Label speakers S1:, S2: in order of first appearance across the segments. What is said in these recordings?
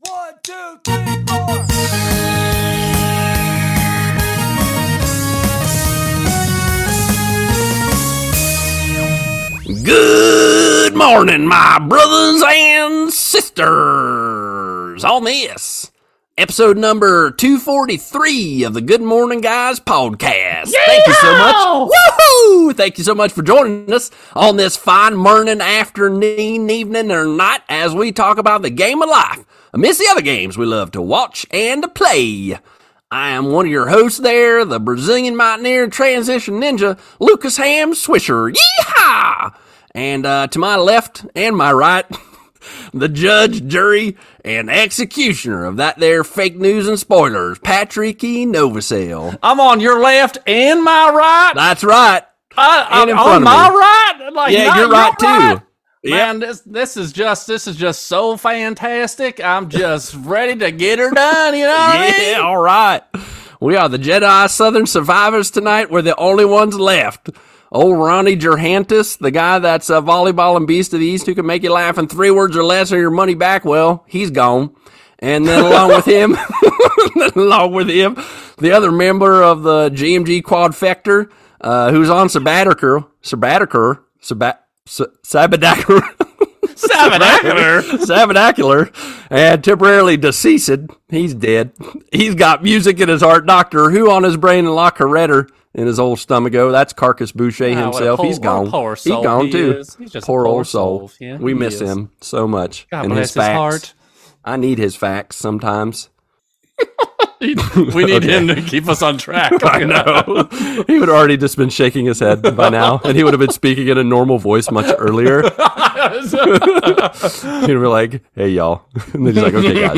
S1: One, two, three, four.
S2: Good morning, my brothers and sisters, on this episode number 243 of the Good Morning Guys podcast. Thank you so much. Woohoo! Thank you so much for joining us on this fine morning, afternoon, evening, or night as we talk about the game of life amidst the other games we love to watch and to play. I am one of your hosts there, the Brazilian mountaineer and transition ninja, Lucas Ham Swisher. Yeehaw! And uh, to my left and my right, the judge, jury, and executioner of that there fake news and spoilers, Patrick E. Novacell.
S3: I'm on your left and my right.
S2: That's right.
S3: I, I'm
S2: and in front
S3: on
S2: of
S3: my
S2: me.
S3: right. Like,
S2: Yeah,
S3: not
S2: you're
S3: your
S2: right too.
S3: Man, this this is just this is just so fantastic. I'm just ready to get her done. You know? What I
S2: Yeah,
S3: mean?
S2: all right. We are the Jedi Southern survivors tonight. We're the only ones left. Old Ronnie Gerhantis, the guy that's a volleyball and beast of the East who can make you laugh in three words or less or your money back, well, he's gone. And then along with him, along with him, the other member of the GMG Quadfector, uh, who's on sabbatical, sabbatical, sabbat, sabbatical.
S3: Saboteur.
S2: Savernacular and temporarily deceased. He's dead. He's got music in his heart. Doctor Who on his brain and La Coretta in his old stomacho. That's Carcass Boucher
S3: Ah, what a
S2: himself.
S3: poor-
S2: He's
S3: what a
S2: gone.
S3: poor
S2: He's
S3: soul
S2: gone
S3: he
S2: too.
S3: is. He's just a
S2: poor,
S3: poor
S2: old soul.
S3: soul. Yeah,
S2: we
S3: he
S2: miss
S3: is.
S2: him so much.
S3: God
S2: and
S3: bless
S2: his
S3: his
S2: facts.
S3: heart.
S2: I need his facts sometimes.
S3: we need him to keep us on track.
S2: I know. he would already just been shaking his head by now, and he would have been speaking in a normal voice much earlier. He'd be like, "Hey, y'all," and then he's like, "Okay,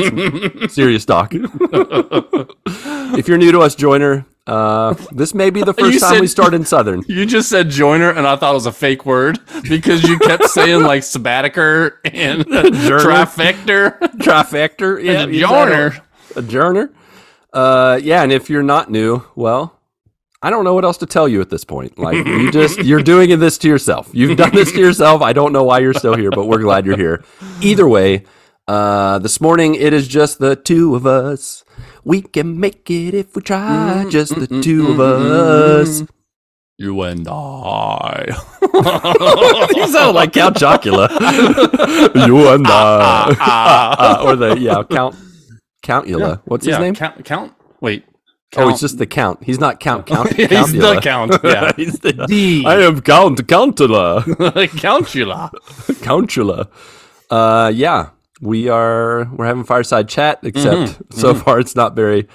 S2: guys, serious talk." if you're new to us, Joiner, uh, this may be the first
S3: You
S2: time we
S3: said-
S2: start in Southern.
S3: You just said joiner, and I thought it was a fake word because you kept saying like sabbatiker and trifector.
S2: Trifector, yeah,
S3: And
S2: is that
S3: Joiner.
S2: a, a Joiner. Uh, yeah, and if you're not new, well. I don't know what else to tell you at this point. Like you just you're doing this to yourself. You've done this to yourself. I don't know why you're still here, but we're glad you're here. Either way, uh, this morning it is just the two of us. We can make it if we try.
S3: Mm-hmm,
S2: Just the two of us.
S3: You and I.
S2: you sound like Count Chocula. you and
S3: Ah,
S2: I, Uh, or the yeah Count Countula. What's his
S3: Yeah,
S2: name?
S3: Count. Count. Wait.
S2: Oh,
S3: Count.
S2: it's just the count. He's not count. Count.
S3: Yeah, he's
S2: Countula.
S3: the count. Yeah.
S2: He's the-
S3: D.
S2: I am Count Countula.
S3: Countula.
S2: Countula. Uh, yeah, we are. We're having fireside chat, except
S3: Mm-hmm.
S2: so far it's not very,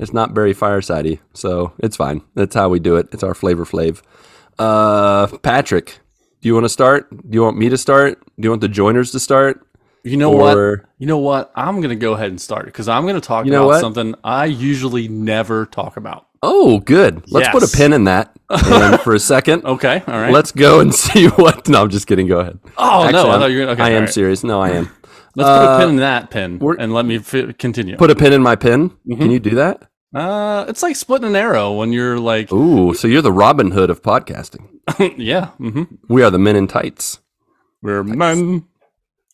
S2: it's not very firesidey. So it's fine. That's how we do it. It's our flavor flav. Uh, Patrick, do you want to start? Do you want me to start? Do you want the joiners to start?
S3: You know
S2: Or-
S3: what? You know what? I'm gonna go ahead and start because I'm gonna talk
S2: know
S3: about
S2: what?
S3: something I usually never talk about.
S2: Oh, good. Let's put
S3: Yes.
S2: a pin in that and for a second.
S3: Okay, all right.
S2: Let's go and see what. No, I'm just kidding. Go ahead.
S3: Oh, no, I
S2: I'm-
S3: thought you were gonna- okay,
S2: I am
S3: all right.
S2: serious. No, I am.
S3: Let's put a pin in that pin
S2: we're-
S3: and let me fi continue.
S2: Put a pin in my pin.
S3: Mm-hmm.
S2: Can you do that?
S3: uh, it's like splitting an arrow when you're like,
S2: Ooh, so you're the Robin Hood of podcasting.
S3: yeah, hmm
S2: We are the men in tights.
S3: we're men,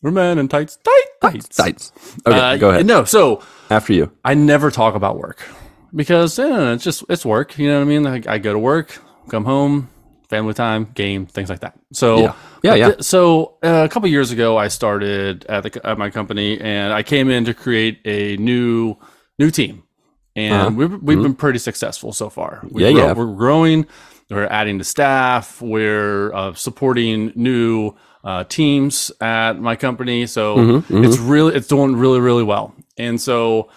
S3: we're men in tights, tight, tights.
S2: Tights. Okay,
S3: Uh,
S2: go ahead.
S3: No, so
S2: After you.
S3: I never talk about work because eh, it's just it's work. You know what I mean? Like I go to work, come home, family time, game, things like that. So
S2: Yeah. Yeah,
S3: but
S2: yeah.
S3: thi- so uh, a couple years ago, I started at the co- at my company, and I came in to create a new new team, and we've we've been pretty successful so far. We
S2: Uh-huh. Mm-hmm. Yeah, you have.
S3: We're growing. We're adding to staff. We're uh, supporting new uh, teams at my company. So Oh.
S2: Mm-hmm.
S3: it's really it's doing really really well. And so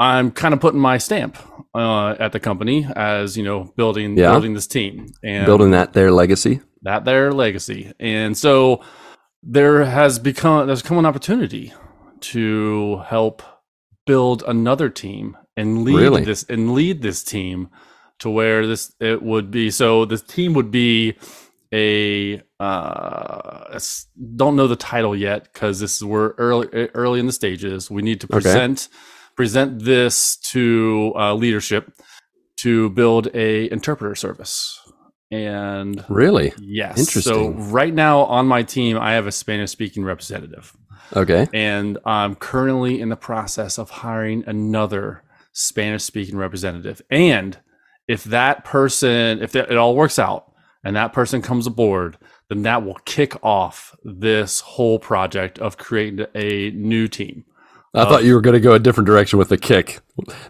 S3: I'm kind of putting my stamp uh, at the company as you know building
S2: Yeah.
S3: building this team and
S2: Building that their legacy.
S3: that their legacy. And so there has become there's come an opportunity to help build another team and lead
S2: Really?
S3: this and lead this team to where this it would be so this team would be a uh s- don't know the title yet because this is we're early early in the stages we need to present present this to uh, leadership to build a interpreter service and
S2: Really?
S3: Yes. So
S2: Interesting.
S3: right now on my team, I have a Spanish speaking representative.
S2: Okay.
S3: and I'm currently in the process of hiring another Spanish speaking representative. And if that person, if that, it all works out and that person comes aboard, then that will kick off this whole project of creating a new team.
S2: I
S3: Uh,
S2: thought you were going to go a different direction with the kick.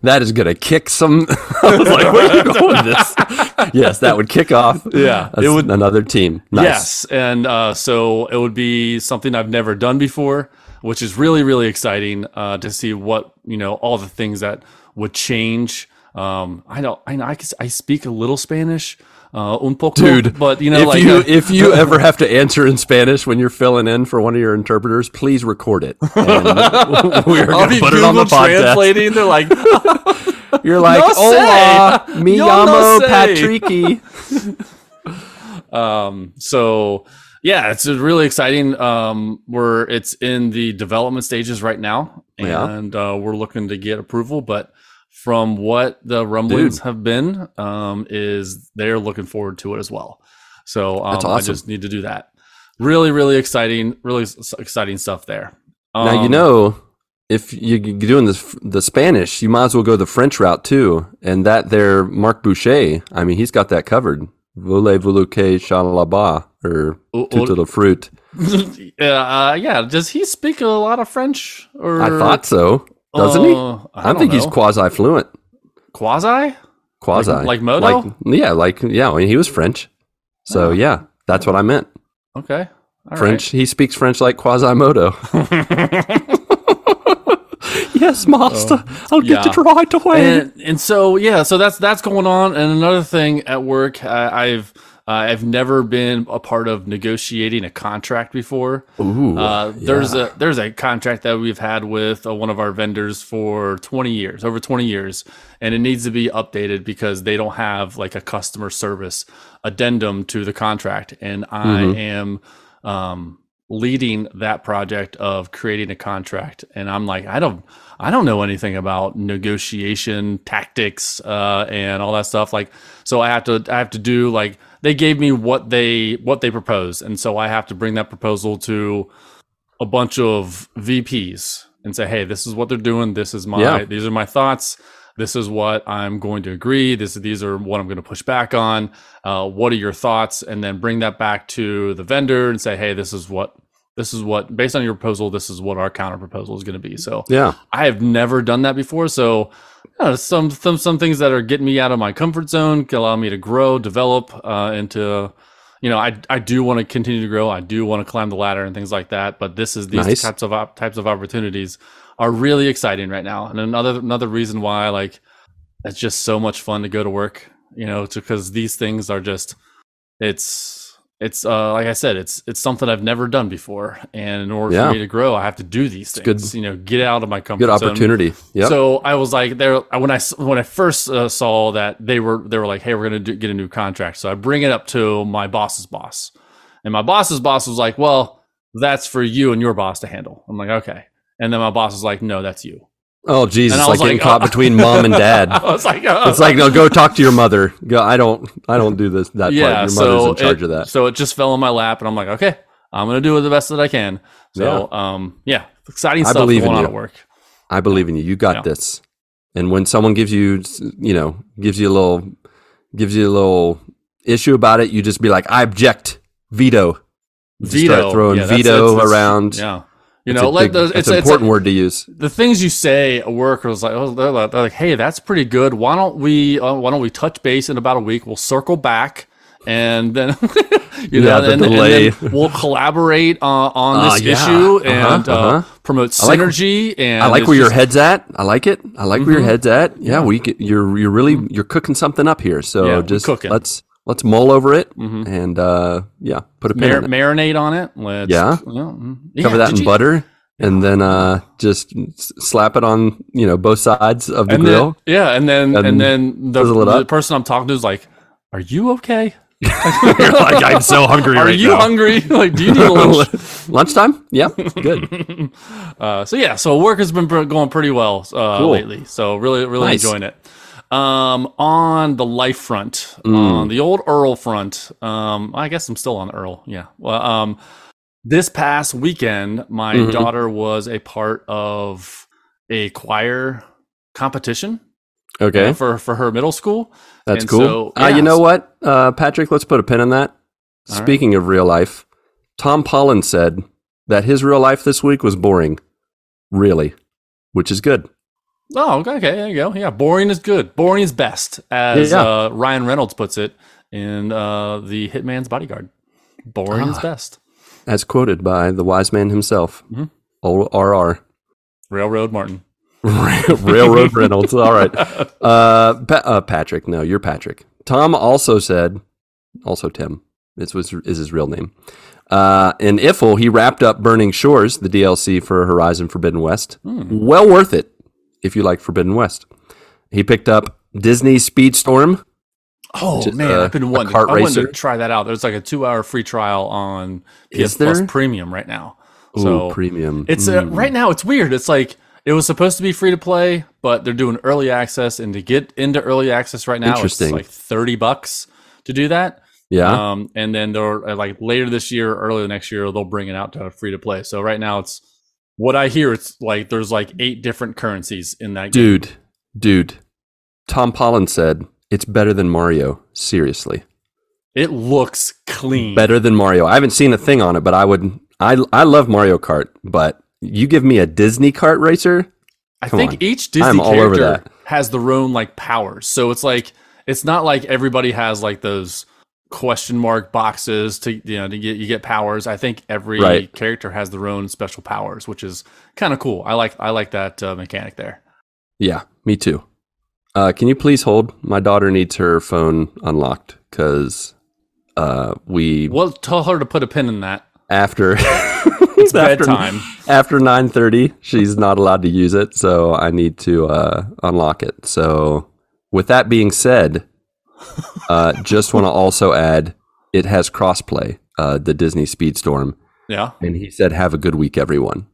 S2: That is going to kick some. I was like, where are you going with this? yes, that would kick off.
S3: Yeah,
S2: It
S3: it would-
S2: another team. Nice.
S3: Yes. And uh, so it would be something I've never done before, which is really, really exciting uh, to see what, you know, all the things that would change. Um, I know, I know, I, can, I speak a little Spanish, uh, un poco,
S2: Dude,
S3: but you know,
S2: if
S3: like,
S2: you
S3: uh,
S2: if you ever have to answer in Spanish when you're filling in for one of your interpreters, please record it. And we are
S3: I'll
S2: going
S3: be
S2: to put it on the
S3: Google
S2: podcast.
S3: translating. They're like,
S2: You're like,
S3: No sé.
S2: hola, mi
S3: Yo
S2: llamo
S3: no sé."
S2: Patricky.
S3: so yeah, it's just really exciting. Um, we're it's in the development stages right now,
S2: Yeah.
S3: and uh, we're looking to get approval. But from what the rumblings
S2: Dude.
S3: have been, um, is they're looking forward to it as well. So um,
S2: That's
S3: I
S2: awesome.
S3: just need to do that. Really, really exciting, really s- exciting stuff there. Um,
S2: now you know if you're doing this the Spanish, you might as well go the French route too. And that there, Marc Boucher. I mean, he's got that covered. Voulez vous que chalaba or
S3: Oh, oh.
S2: tout le fruit?
S3: yeah, uh, yeah. Does he speak a lot of French? Or
S2: I thought so. Doesn't he?
S3: Uh,
S2: I,
S3: don't
S2: think he's
S3: know.
S2: quasi fluent.
S3: quasi.
S2: Quasi.
S3: like Moto?
S2: yeah, like yeah, I mean, he was French. So yeah, that's what I meant.
S3: Okay. All
S2: French. He speaks French like Quasimodo. yes, master. I'll
S3: Oh, yeah.
S2: right away.
S3: and, and so yeah so that's that's going on and another thing at work I, i've uh, i've never been a part of negotiating a contract before
S2: Ooh,
S3: uh, there's
S2: yeah.
S3: a there's a contract that we've had with uh, one of our vendors for 20 years over 20 years and it needs to be updated because they don't have like a customer service addendum to the contract and i
S2: Mm-hmm.
S3: am um, leading that project of creating a contract and i'm like i don't i don't know anything about negotiation tactics uh, and all that stuff like so i have to i have to do like they gave me what they what they proposed and so i have to bring that proposal to a bunch of VPs and say, "Hey, this is what they're doing. This is my
S2: Yeah.
S3: these are my thoughts. This is what I'm going to agree. This these are what I'm going to push back on. Uh, what are your thoughts?" And then bring that back to the vendor and say, "Hey, this is what this is what based on your proposal. This is what our counter proposal is going to be." So
S2: yeah.
S3: I have never done that before. So uh, some some some things that are getting me out of my comfort zone can allow me to grow, develop uh, into. You know, I, I do want to continue to grow. I do want to climb the ladder and things like that. But this is these
S2: Nice.
S3: types of op- types of opportunities are really exciting right now. And another another reason why like it's just so much fun to go to work. You know, because these things are just it's it's uh like I said, it's it's something I've never done before, and in order
S2: Yeah.
S3: for me to grow, I have to do these
S2: good-
S3: things. You know, get out of my comfort
S2: Good
S3: zone.
S2: opportunity. Yeah.
S3: So I was like, there when I s- when I first uh, saw that they were they were like, hey, we're gonna do, get a new contract. So I bring it up to my boss's boss, and my boss's boss was like, well, that's for you and your boss to handle. I'm like, okay. And then my boss was like, no, that's you.
S2: oh Jesus!
S3: and I
S2: Like
S3: was
S2: getting
S3: like,
S2: caught
S3: uh,
S2: between mom and
S3: I
S2: dad.
S3: was like, oh.
S2: It's like no, go talk to your mother. Go. I don't. I don't do this. That part. Your mother's in charge
S3: it,
S2: of that.
S3: So it just fell in my lap, and I'm like, okay, I'm gonna do it the best that I can. So, um, yeah, exciting
S2: I
S3: stuff
S2: believe in
S3: going on
S2: you.
S3: at work.
S2: I believe in you. You got
S3: Yeah.
S2: this. And when someone gives you, you know, gives you a little, gives you a little issue about it, you just be like, I object, veto. You just
S3: Veto,
S2: start throwing
S3: Yeah, that's-
S2: veto
S3: that's- that's-
S2: around.
S3: Yeah, you
S2: It's
S3: know,
S2: a
S3: let
S2: big-
S3: those.
S2: that's
S3: It's,
S2: an
S3: it's
S2: important word to use.
S3: the things you say at work was like, oh, they're like, they're like, hey, that's pretty good. Why don't we? Uh, why don't we touch base in about a week? We'll circle back. And then, you
S2: Yeah,
S3: know,
S2: the
S3: and, and
S2: delay.
S3: then we'll collaborate uh, on
S2: Ah,
S3: this
S2: yeah.
S3: issue
S2: Uh-huh,
S3: and uh
S2: uh-huh.
S3: promote
S2: like-
S3: synergy. and
S2: I like
S3: it's
S2: where your
S3: just- Mm-hmm.
S2: head's at. I like it. I like where your head's at. Yeah, we get, you're you're really you're cooking something up here. So
S3: Yeah, we're
S2: just
S3: cooking. Mm-hmm.
S2: let's let's mull over it and uh, yeah, put a pin
S3: Mar-
S2: in it.
S3: marinate on it. Let's,
S2: Yeah.
S3: mm, yeah,
S2: cover that in
S3: did you-
S2: butter and then uh just s- slap it on you know both sides of the
S3: And
S2: grill
S3: then, yeah, and then and,
S2: And
S3: then the,
S2: sizzle it
S3: the
S2: up.
S3: person I'm talking to is like, "Are you okay?
S2: you're like i'm so hungry
S3: Are you hungry? like, do you need a lunch?"
S2: lunchtime yeah good
S3: Uh, so yeah, so work has been pr- going pretty well uh,
S2: Cool.
S3: lately. So really, really
S2: Nice.
S3: enjoying it. Um, on the life front,
S2: Mm.
S3: on the old Earl front, um, I guess I'm still on Earl. Yeah. Well, um, this past weekend, my
S2: Mhm.
S3: daughter was a part of a choir competition
S2: Okay,
S3: uh, for for her middle school.
S2: that's
S3: and
S2: cool.
S3: so-
S2: uh,
S3: yeah,
S2: you know
S3: so-
S2: what, uh, Patrick? Let's put a pin in that.
S3: All right.
S2: Speaking of real life, Tom Pollan said that his real life this week was boring, really, which is good.
S3: Oh, okay, okay, there you go. Yeah, boring is good. Boring is best, as
S2: Yeah.
S3: uh, Ryan Reynolds puts it in uh, the Hitman's Bodyguard. Boring is
S2: Ah.
S3: best.
S2: as quoted by the wise man himself,
S3: Mhm.
S2: ORR.
S3: Railroad Martin.
S2: Railroad Reynolds. All right. Uh, pa- uh, Patrick. No, you're Patrick. Tom also said, also Tim, this was, is his real name. Uh, in Iffle, he wrapped up Burning Shores, the DLC for Horizon Forbidden West.
S3: Hmm.
S2: Well worth it if you like Forbidden West. He picked up Disney Speedstorm.
S3: Oh
S2: Which is,
S3: man,
S2: uh,
S3: I've
S2: a
S3: been wanting,
S2: kart
S3: I wanted
S2: racer.
S3: to try that out. There's like a two-hour free trial on PS
S2: Is
S3: Plus
S2: there?
S3: Premium right now.
S2: Ooh,
S3: so
S2: premium. Hmm.
S3: it's uh, right now. It's weird. It's like it was supposed to be free to play, but they're doing early access, and to get into early access right now, it's
S2: Interesting.
S3: like thirty bucks to do that.
S2: Yeah.
S3: Um, and then they're uh, like later this year, or early next year, they'll bring it out to free to play. So right now, it's what I hear. It's like there's like eight different currencies in that game.
S2: Dude, dude. Tom Pollan said, it's better than Mario. Seriously.
S3: It looks clean.
S2: Better than Mario. I haven't seen a thing on it, but I would I I love Mario Kart, but you give me a Disney kart racer?
S3: I
S2: Come
S3: think
S2: on.
S3: each Disney
S2: I'm all
S3: character
S2: over
S3: has their own like powers. So it's like it's not like everybody has like those question mark boxes to you know to get you get powers. I think every
S2: Right.
S3: character has their own special powers, which is kind of cool. I like I like that uh, mechanic there.
S2: Yeah, me too. Uh, can you please hold? My daughter needs her phone unlocked cuz uh, we
S3: Well, tell her to put a pin in that.
S2: after
S3: It's
S2: after-
S3: bedtime.
S2: after 9:30 she's not allowed to use it so I need to uh, unlock it so with that being said uh, just want to also add it has crossplay uh, the Disney Speedstorm
S3: Yeah.
S2: and he said have a good week everyone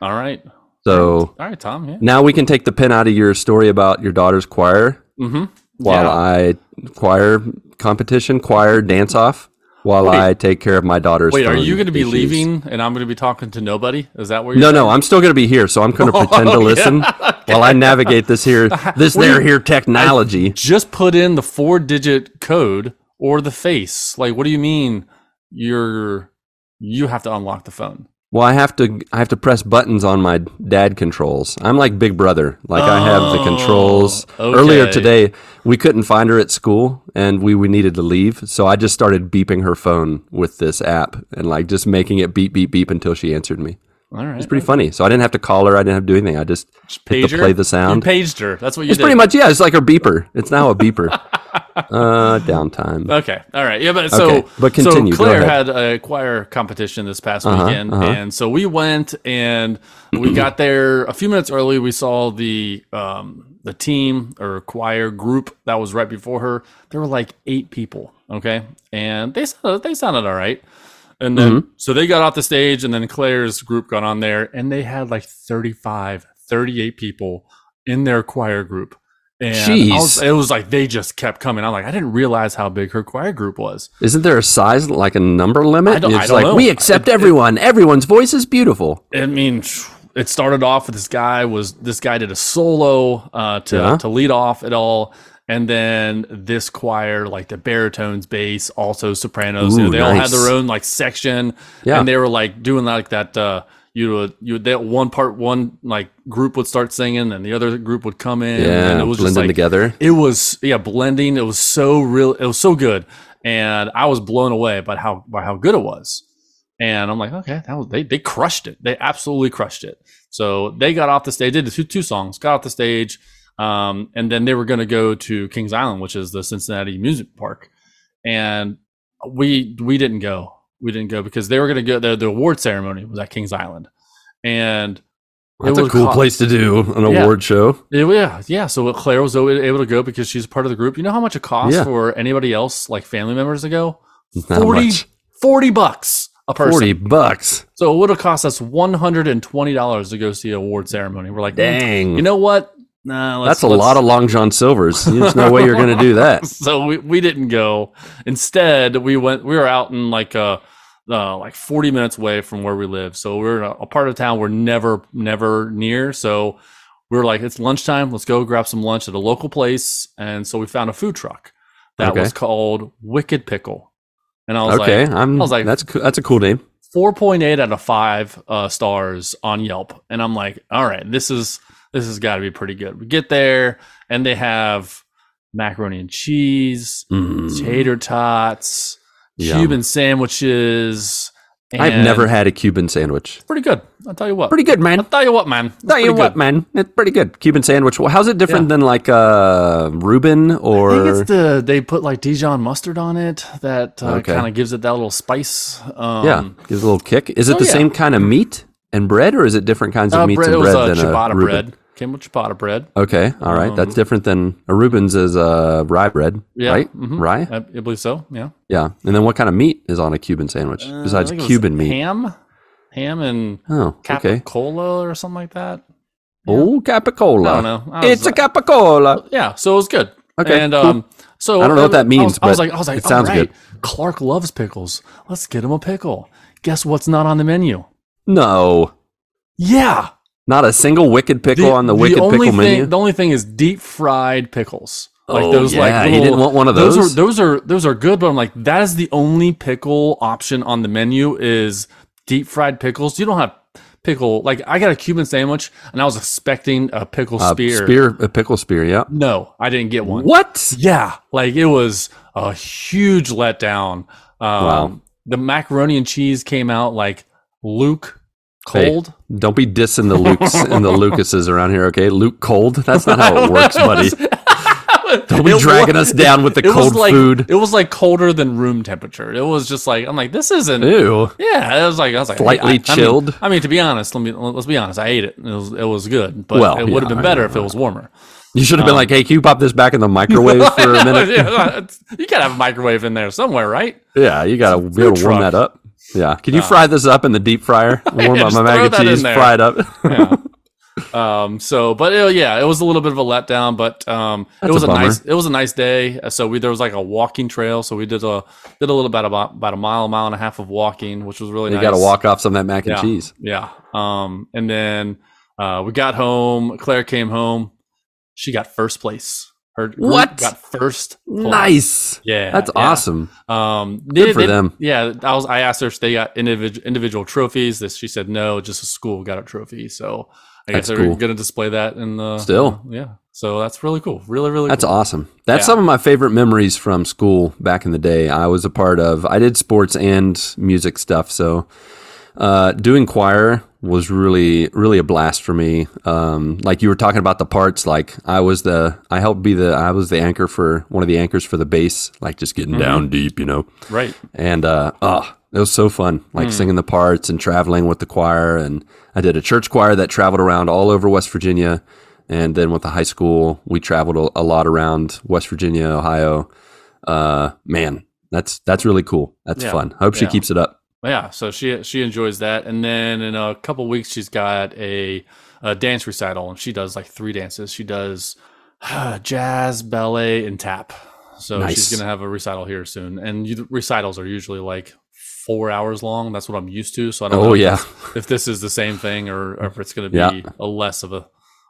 S3: All right.
S2: so
S3: All right, Tom. Yeah.
S2: now we can take the pin out of your story about your daughter's choir
S3: Mm-hmm.
S2: while I choir competition choir dance off while
S3: Wait.
S2: I take care of my daughter's
S3: Wait, are
S2: phone
S3: you going to be
S2: issues.
S3: leaving and I'm going to be talking to nobody? Is that where you're
S2: No, no, I'm still going to be here, so I'm
S3: Oh,
S2: going to pretend to listen while I navigate this here, this
S3: Well,
S2: there
S3: you-
S2: here technology.
S3: just put in the four digit code or the face. Like, what do you mean you're you have to unlock the phone?
S2: well, I have to, I have to press buttons on my dad controls. I'm like Big Brother, like I have the
S3: Oh,
S2: controls.
S3: okay.
S2: Earlier today, we couldn't find her at school, and we, we needed to leave, so I just started beeping her phone with this app, and like just making it beep beep beep until she answered me.
S3: All right.
S2: It's pretty funny. So I didn't have to call her. I didn't have to do anything. I just hit the
S3: Pager?
S2: play the
S3: You
S2: sound.
S3: paged her. That's what you
S2: It's
S3: did.
S2: pretty much yeah. It's like her beeper. It's now a beeper. uh, downtime.
S3: Okay. All right. Yeah, but so
S2: Okay, but continue.
S3: so
S2: Go
S3: Claire
S2: ahead.
S3: had a choir competition this past
S2: Uh-huh,
S3: weekend
S2: uh-huh.
S3: and so we went and we got there a few minutes early. We saw the um the team or choir group that was right before her. There were like 8 people, okay? And they sounded, they sounded all right. And then
S2: Mm-hmm.
S3: so they got off the stage and then Claire's group got on there and they had like 35, 38 people in their choir group. And I
S2: Jeez.
S3: was- it was like they just kept coming. I'm like, I didn't realize how big her choir group was.
S2: Isn't there a size like a number limit?
S3: I don't-
S2: it's
S3: I don't
S2: like
S3: know.
S2: we accept everyone. Everyone's voice is beautiful.
S3: I mean, it started off with this guy was this guy did a solo uh, to
S2: Yeah.
S3: to lead off it all, and then this choir like the baritones, bass, also sopranos. you know,
S2: Ooh,
S3: they all had
S2: nice.
S3: their own like section,
S2: Yeah.
S3: and they were like doing like that. Uh, you would you would, that one part one like group would start singing, and the other group would come in. and
S2: Yeah,
S3: it was
S2: blending
S3: just like
S2: together.
S3: it was yeah blending. It was so real. It was so good, and I was blown away by how by how good it was. And I'm like, okay, that was, they they crushed it. They absolutely crushed it. So they got off the stage. Did the two two songs. Got off the stage, um, and then they were going to go to Kings Island, which is the Cincinnati Music Park, and we we didn't go. We didn't go because they were going to go. The, the award ceremony was at Kings Island, and
S2: That's
S3: it
S2: a
S3: was
S2: cool
S3: co-
S2: place to do an
S3: Yeah.
S2: award show.
S3: yeah, well, yeah, yeah. So Claire was o- able to go because she's part of the group. You know how much it costs
S2: Yeah.
S3: for anybody else, like family members, to go?
S2: Not
S3: 40,
S2: much.
S3: 40 bucks a person.
S2: Forty bucks.
S3: So it would have cost us one hundred and twenty dollars to go see an award ceremony. We're like, "Mm,
S2: Dang,
S3: you know what? Nah, let's-
S2: that's a
S3: let's-
S2: lot of Long John Silver's. There's no way you're going to do that.
S3: So we, we didn't go. Instead, we went. We were out in like uh, uh, like 40 minutes away from where we live. So we're in a, a part of town we're never, never near. So we were like, it's lunchtime. Let's go grab some lunch at a local place. And so we found a food truck that
S2: Okay.
S3: was called Wicked Pickle. And I was
S2: okay,
S3: like,
S2: I'm.
S3: I was like-
S2: that's coo- that's a cool name.
S3: 4.8 out of 5 uh, stars on Yelp. And I'm like, all right, this is this has got to be pretty good. We get there and they have macaroni and cheese,
S2: Mm,
S3: tater tots,
S2: yum.
S3: Cuban sandwiches.
S2: I've
S3: and-
S2: never had a Cuban sandwich.
S3: pretty good. I'll tell you what.
S2: Pretty good, man.
S3: I'll tell you what, man. It's
S2: Tell you
S3: pretty
S2: what,
S3: good.
S2: man, it's pretty good. Cuban sandwich. Well, how's it different
S3: Yeah.
S2: than like uh, Reuben or?
S3: I think it's the they put like Dijon mustard on it that uh,
S2: Okay.
S3: kind of gives it that little spice. Um,
S2: yeah, gives it a little kick. Is it
S3: oh,
S2: the
S3: yeah.
S2: same kind of meat and bread, or is it different kinds of
S3: uh,
S2: meats
S3: bread, it
S2: and
S3: was
S2: bread
S3: uh,
S2: than a
S3: ciabatta
S2: Reuben?
S3: bread. Came with ciabatta bread.
S2: Okay, all right, that's different than a Reuben's is uh, rye bread,
S3: Um, Yeah,
S2: right?
S3: mhm.
S2: Rye,
S3: I, I believe so. Yeah.
S2: yeah. And then what kind of meat is on a Cuban sandwich
S3: Uh, I
S2: besides
S3: think it was
S2: Cuban meat?
S3: ham, ham and
S2: Oh, okay.
S3: capicola or something like that.
S2: Oh, capicola.
S3: I don't know. I
S2: it's
S3: was- uh,
S2: a capicola.
S3: Yeah, so it was good.
S2: Okay,
S3: and
S2: cool.
S3: um, so
S2: I don't know what that
S3: I was,
S2: means,
S3: I was
S2: but
S3: like, I was like,
S2: it sounds
S3: "All right, Clark loves pickles. Let's get him a pickle. Guess what's not on the menu?
S2: No,
S3: Yeah,
S2: not a single wicked pickle on the wicked
S3: only
S2: pickle
S3: thing,
S2: menu.
S3: The only thing is deep fried pickles. Like
S2: Oh,
S3: those,
S2: yeah,
S3: like
S2: you
S3: little-
S2: didn't want one of those?
S3: Are, those are those are good, but I'm like, that is the only pickle option on the menu is deep fried pickles. You don't have pickle. Like I got a Cuban sandwich, and I was expecting a pickle
S2: Uh,
S3: spear.
S2: spear, a pickle spear. Yeah.
S3: No, I didn't get one.
S2: What?
S3: Yeah, like it was a huge letdown. Um,
S2: Wow.
S3: The macaroni and cheese came out like Luke cold.
S2: Don't be dissing the Lukes and the Lucases around here, okay? Luke cold. That's not how it works, buddy. Don't be
S3: It
S2: dragging
S3: was-
S2: us down with the
S3: it was
S2: cold
S3: like-
S2: food.
S3: It was like colder than room temperature. It was just like I'm like this isn't.
S2: Ew.
S3: Yeah, it was like I was like
S2: Slightly
S3: I- I mean-
S2: chilled.
S3: I mean, to be honest, let me let's be honest. I ate it. It was it was good, but
S2: Well,
S3: it would have
S2: yeah,
S3: been better if it was warmer.
S2: You should have been
S3: Um,
S2: like, hey, can you pop this back in the microwave for a minute?
S3: you gotta have a microwave in there somewhere, right?
S2: Yeah, you gotta be able to warm
S3: truck.
S2: that up. Yeah. Can you fry this up in the deep fryer? Warm up
S3: just
S2: my mac
S3: throw
S2: and
S3: that in
S2: cheese,
S3: there.
S2: fry it up.
S3: Yeah. um. So, but it, yeah, it was a little bit of a letdown, but um,
S2: That's
S3: it was
S2: a
S3: a,
S2: bummer.
S3: nice it was a nice day. Uh, So we there was like a walking trail. So we did a did a little bit about about a mile, mile and a half of walking, which was really
S2: You
S3: nice.
S2: gotta walk off some of that mac and cheese.
S3: Yeah. Um, and then uh, we got home. Claire came home. She got first place. Her group
S2: What?
S3: got first? place.
S2: Nice.
S3: Yeah,
S2: That's
S3: yeah.
S2: awesome.
S3: Um, they-
S2: Good for
S3: they-
S2: them.
S3: Yeah, I was. I asked her if they got individual individual trophies. This she said no, just a school got a trophy. So I
S2: That's
S3: guess they're
S2: cool.
S3: going to display that in the
S2: Still.
S3: yeah. So that's really cool. Really, really.
S2: That's
S3: cool.
S2: awesome. That's
S3: Yeah.
S2: some of my favorite memories from school back in the day. I was a part of. I did sports and music stuff, so uh, doing choir was really really a blast for me. Um, like you were talking about the parts, like I was the I helped be the I was the anchor for one of the anchors for the bass, like just getting
S3: Mm-hmm.
S2: down deep, you know.
S3: Right.
S2: And uh, oh, it was so fun, like singing the parts and traveling with the choir. And I did a church choir that traveled around all over West Virginia. And then with the high school, we traveled a, a lot around West Virginia, Ohio. Uh, man, that's that's really cool. That's
S3: Yeah.
S2: fun. I hope she
S3: Yeah.
S2: keeps it up.
S3: Yeah. So she she enjoys that. And then in a couple weeks, she's got a, a dance recital, and she does like three dances. She does jazz, ballet, and tap. So
S2: Nice.
S3: she's gonna have a recital here soon. And you, recitals are usually like four hours long. That's what I'm used to. So I don't.
S2: Oh
S3: know if
S2: yeah,
S3: this- if this is the same thing or, or if it's gonna be
S2: Yeah.
S3: a less of a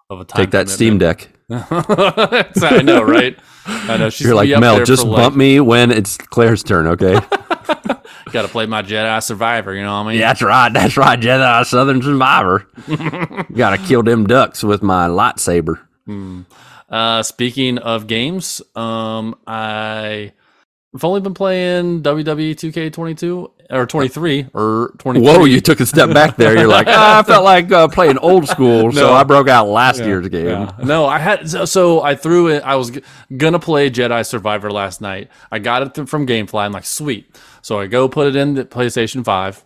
S3: of a time.
S2: take that Steam Deck.
S3: commitment. I know, right? I know. She's
S2: You're
S3: gonna
S2: like
S3: be up
S2: Mel.
S3: there
S2: Just
S3: for,
S2: bump
S3: like,
S2: me when it's Claire's turn, okay?
S3: Got to play my Jedi Survivor. You know what I mean?
S2: yeah, that's right. That's right, Jedi Southern Survivor. Got to kill them ducks with my lightsaber.
S3: Uh, speaking of games, um, I have only been playing E WWE 2K22 or 23 or 23.
S2: Whoa, you took a step back there. You're like, "Ah, I felt like uh, playing old school, so
S3: No.
S2: I broke out last year's game.
S3: Yeah. No, I had so, so I threw it. I was g- gonna play Jedi Survivor last night. I got it th- from GameFly. I'm like, sweet. So I go put it in the PlayStation Five.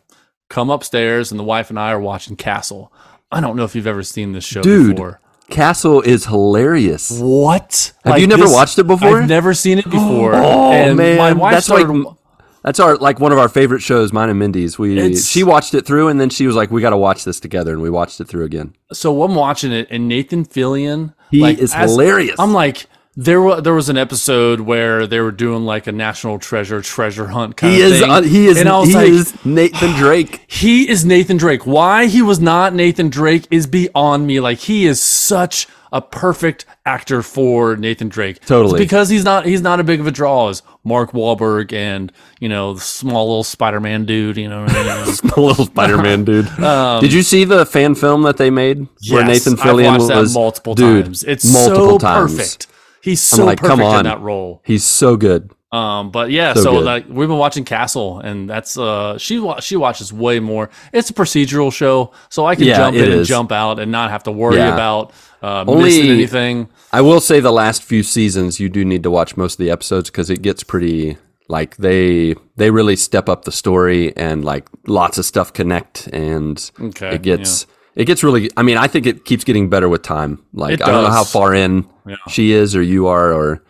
S3: Come upstairs, and the wife and I are watching Castle. I don't know if you've ever seen this show
S2: Dude.
S3: before.
S2: Castle is hilarious.
S3: What?
S2: Have you never watched it before?
S3: I've never seen it before.
S2: Oh
S3: and
S2: man,
S3: my wife
S2: that's
S3: started.
S2: like that's our like one of our favorite shows, mine and Mindy's. We
S3: It's-
S2: she watched it through, and then she was like, "We got to watch this together," and we watched it through again.
S3: so I'm watching it, and Nathan Fillion,
S2: He is hilarious.
S3: I'm like, There was there was an episode where they were doing like a national treasure treasure hunt kind
S2: He
S3: of
S2: is
S3: thing.
S2: uh, he is
S3: and I was
S2: he
S3: like,
S2: is Nathan Drake.
S3: he is Nathan Drake. Why he was not Nathan Drake is beyond me. Like he is such a perfect actor for Nathan Drake.
S2: Totally.
S3: It's because he's not he's not a big of a draw as Mark Wahlberg and you know the small little Spider Man dude. You know. What I mean?
S2: the little Spider-Man dude. Did you see the fan film that they made where
S3: Um, Yes, I've
S2: Nathan Fillion
S3: watched
S2: was
S3: that multiple
S2: dude,
S3: times. It's so
S2: multiple times.
S3: perfect. He's so
S2: like, come
S3: perfect
S2: on.
S3: in that role.
S2: He's so good.
S3: Um, but yeah,
S2: So
S3: so,
S2: good.
S3: like we've been watching Castle, and that's uh, she wa- she watches way more. It's a procedural show, so I can
S2: Yeah,
S3: jump
S2: it
S3: in and
S2: is.
S3: jump out and not have to worry
S2: Yeah.
S3: about uh,
S2: Only-
S3: missing anything.
S2: I will say the last few seasons you do need to watch most of the episodes because it gets pretty like they they really step up the story and like lots of stuff connect and
S3: Okay,
S2: it gets it gets really I mean I think it keeps getting better with time. Like
S3: It
S2: I don't know how
S3: does.
S2: far in she is or you are or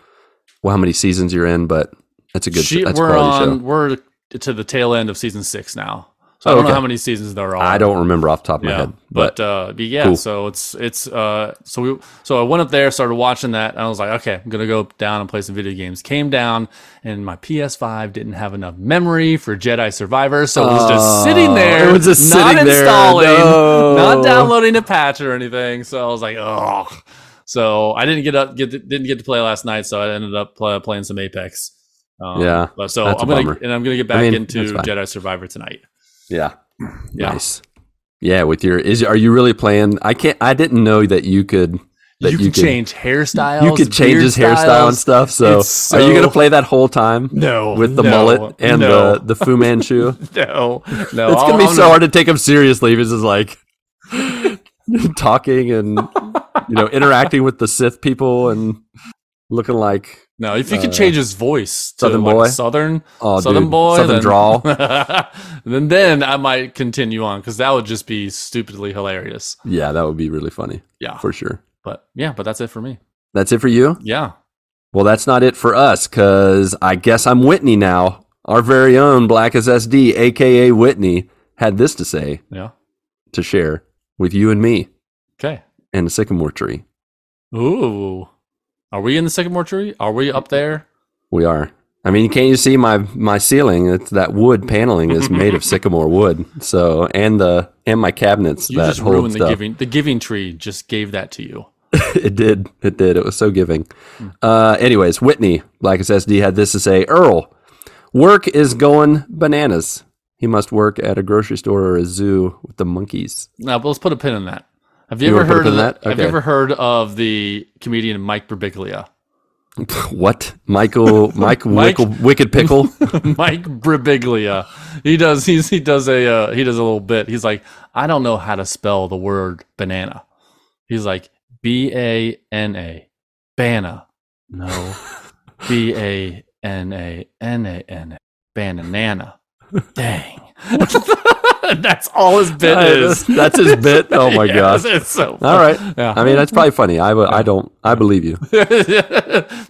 S2: well, how many seasons you're in, but that's a good
S3: She,
S2: that's a
S3: we're
S2: quality
S3: on
S2: show.
S3: we're to the tail end of season six now, so
S2: Oh,
S3: I don't
S2: okay.
S3: know how many seasons there are.
S2: I don't remember off the top of my
S3: Yeah,
S2: head.
S3: but, uh, but yeah,
S2: cool.
S3: so it's it's uh, so we so I went up there, started watching that, and I was like, okay, I'm gonna go down and play some video games. Came down, and my PS5 didn't have enough memory for Jedi Survivor, so it was just sitting there,
S2: Oh, it was just
S3: not
S2: sitting there.
S3: installing,
S2: No.
S3: not downloading a patch or anything. So I was like, oh. So I didn't get up, get to, didn't get to play last night, so I ended up play, playing some Apex. Um,
S2: Yeah,
S3: but so
S2: that's a
S3: I'm gonna
S2: bummer.
S3: and I'm gonna get back
S2: mean,
S3: into
S2: that's fine.
S3: Jedi Survivor tonight.
S2: Yeah.
S3: Yeah.
S2: Nice. Yeah, with your is are you really playing? I can't. I didn't know that you could. That
S3: you,
S2: you,
S3: can
S2: could
S3: change hairstyles.
S2: You could change
S3: beard
S2: his hairstyle and
S3: styles.
S2: stuff. So,
S3: It's
S2: are you
S3: so-
S2: going to play that whole time?
S3: No,
S2: With the
S3: no,
S2: mullet and
S3: no.
S2: the the Fu Manchu, it's
S3: No, Oh, no, it's
S2: going to be so hard to take him seriously. If he's just like talking and you know interacting with the Sith people and looking like
S3: No, if you could change his voice to
S2: Uh, Southern
S3: like
S2: boy?
S3: Southern,
S2: oh
S3: Southern
S2: dude,
S3: boy,
S2: Southern
S3: then,
S2: drawl.
S3: then then I might continue on because that would just be stupidly hilarious.
S2: Yeah, that would be really funny
S3: Yeah,
S2: for sure.
S3: but yeah, but that's it for me.
S2: That's it for you.
S3: Yeah,
S2: Well, that's not it for us because I guess I'm Whitney now. Our very own Black as SD, aka Whitney, had this to say
S3: yeah,
S2: to share with you and me
S3: okay.
S2: and the sycamore tree.
S3: Ooh, are we in the sycamore tree? Are we up there?
S2: We are. I mean, can't you see my my ceiling? It's that wood paneling is made of sycamore wood. So and the and my cabinets
S3: You
S2: that
S3: just
S2: hold
S3: ruined the
S2: stuff.
S3: giving. The giving tree just gave that to you.
S2: it did. It did. It was so giving. Uh, anyways, Whitney, Black as SD, had this to say Earl, work is going bananas. He must work at a grocery store or a zoo with the monkeys.
S3: Now, but let's put a pin in that. Have you,
S2: You
S3: ever
S2: wanna put a
S3: heard of
S2: pin in
S3: that?
S2: that?
S3: Have you
S2: Okay.
S3: ever heard of the comedian Mike Birbiglia?
S2: What? Michael, Mike,
S3: Mike-
S2: Wickle, Wicked Pickle?
S3: Mike Birbiglia. He does. He's, he does a. Uh, he does a little bit. He's like, I don't know how to spell the word banana. He's like B A N A, banana. No, B A N A N A N A, banana. Dang. That's all his bit is.
S2: That's his bit. Oh my
S3: Yes,
S2: gosh.
S3: It's so
S2: All right.
S3: Yeah.
S2: I mean, that's probably funny. I, w- I don't, I believe you.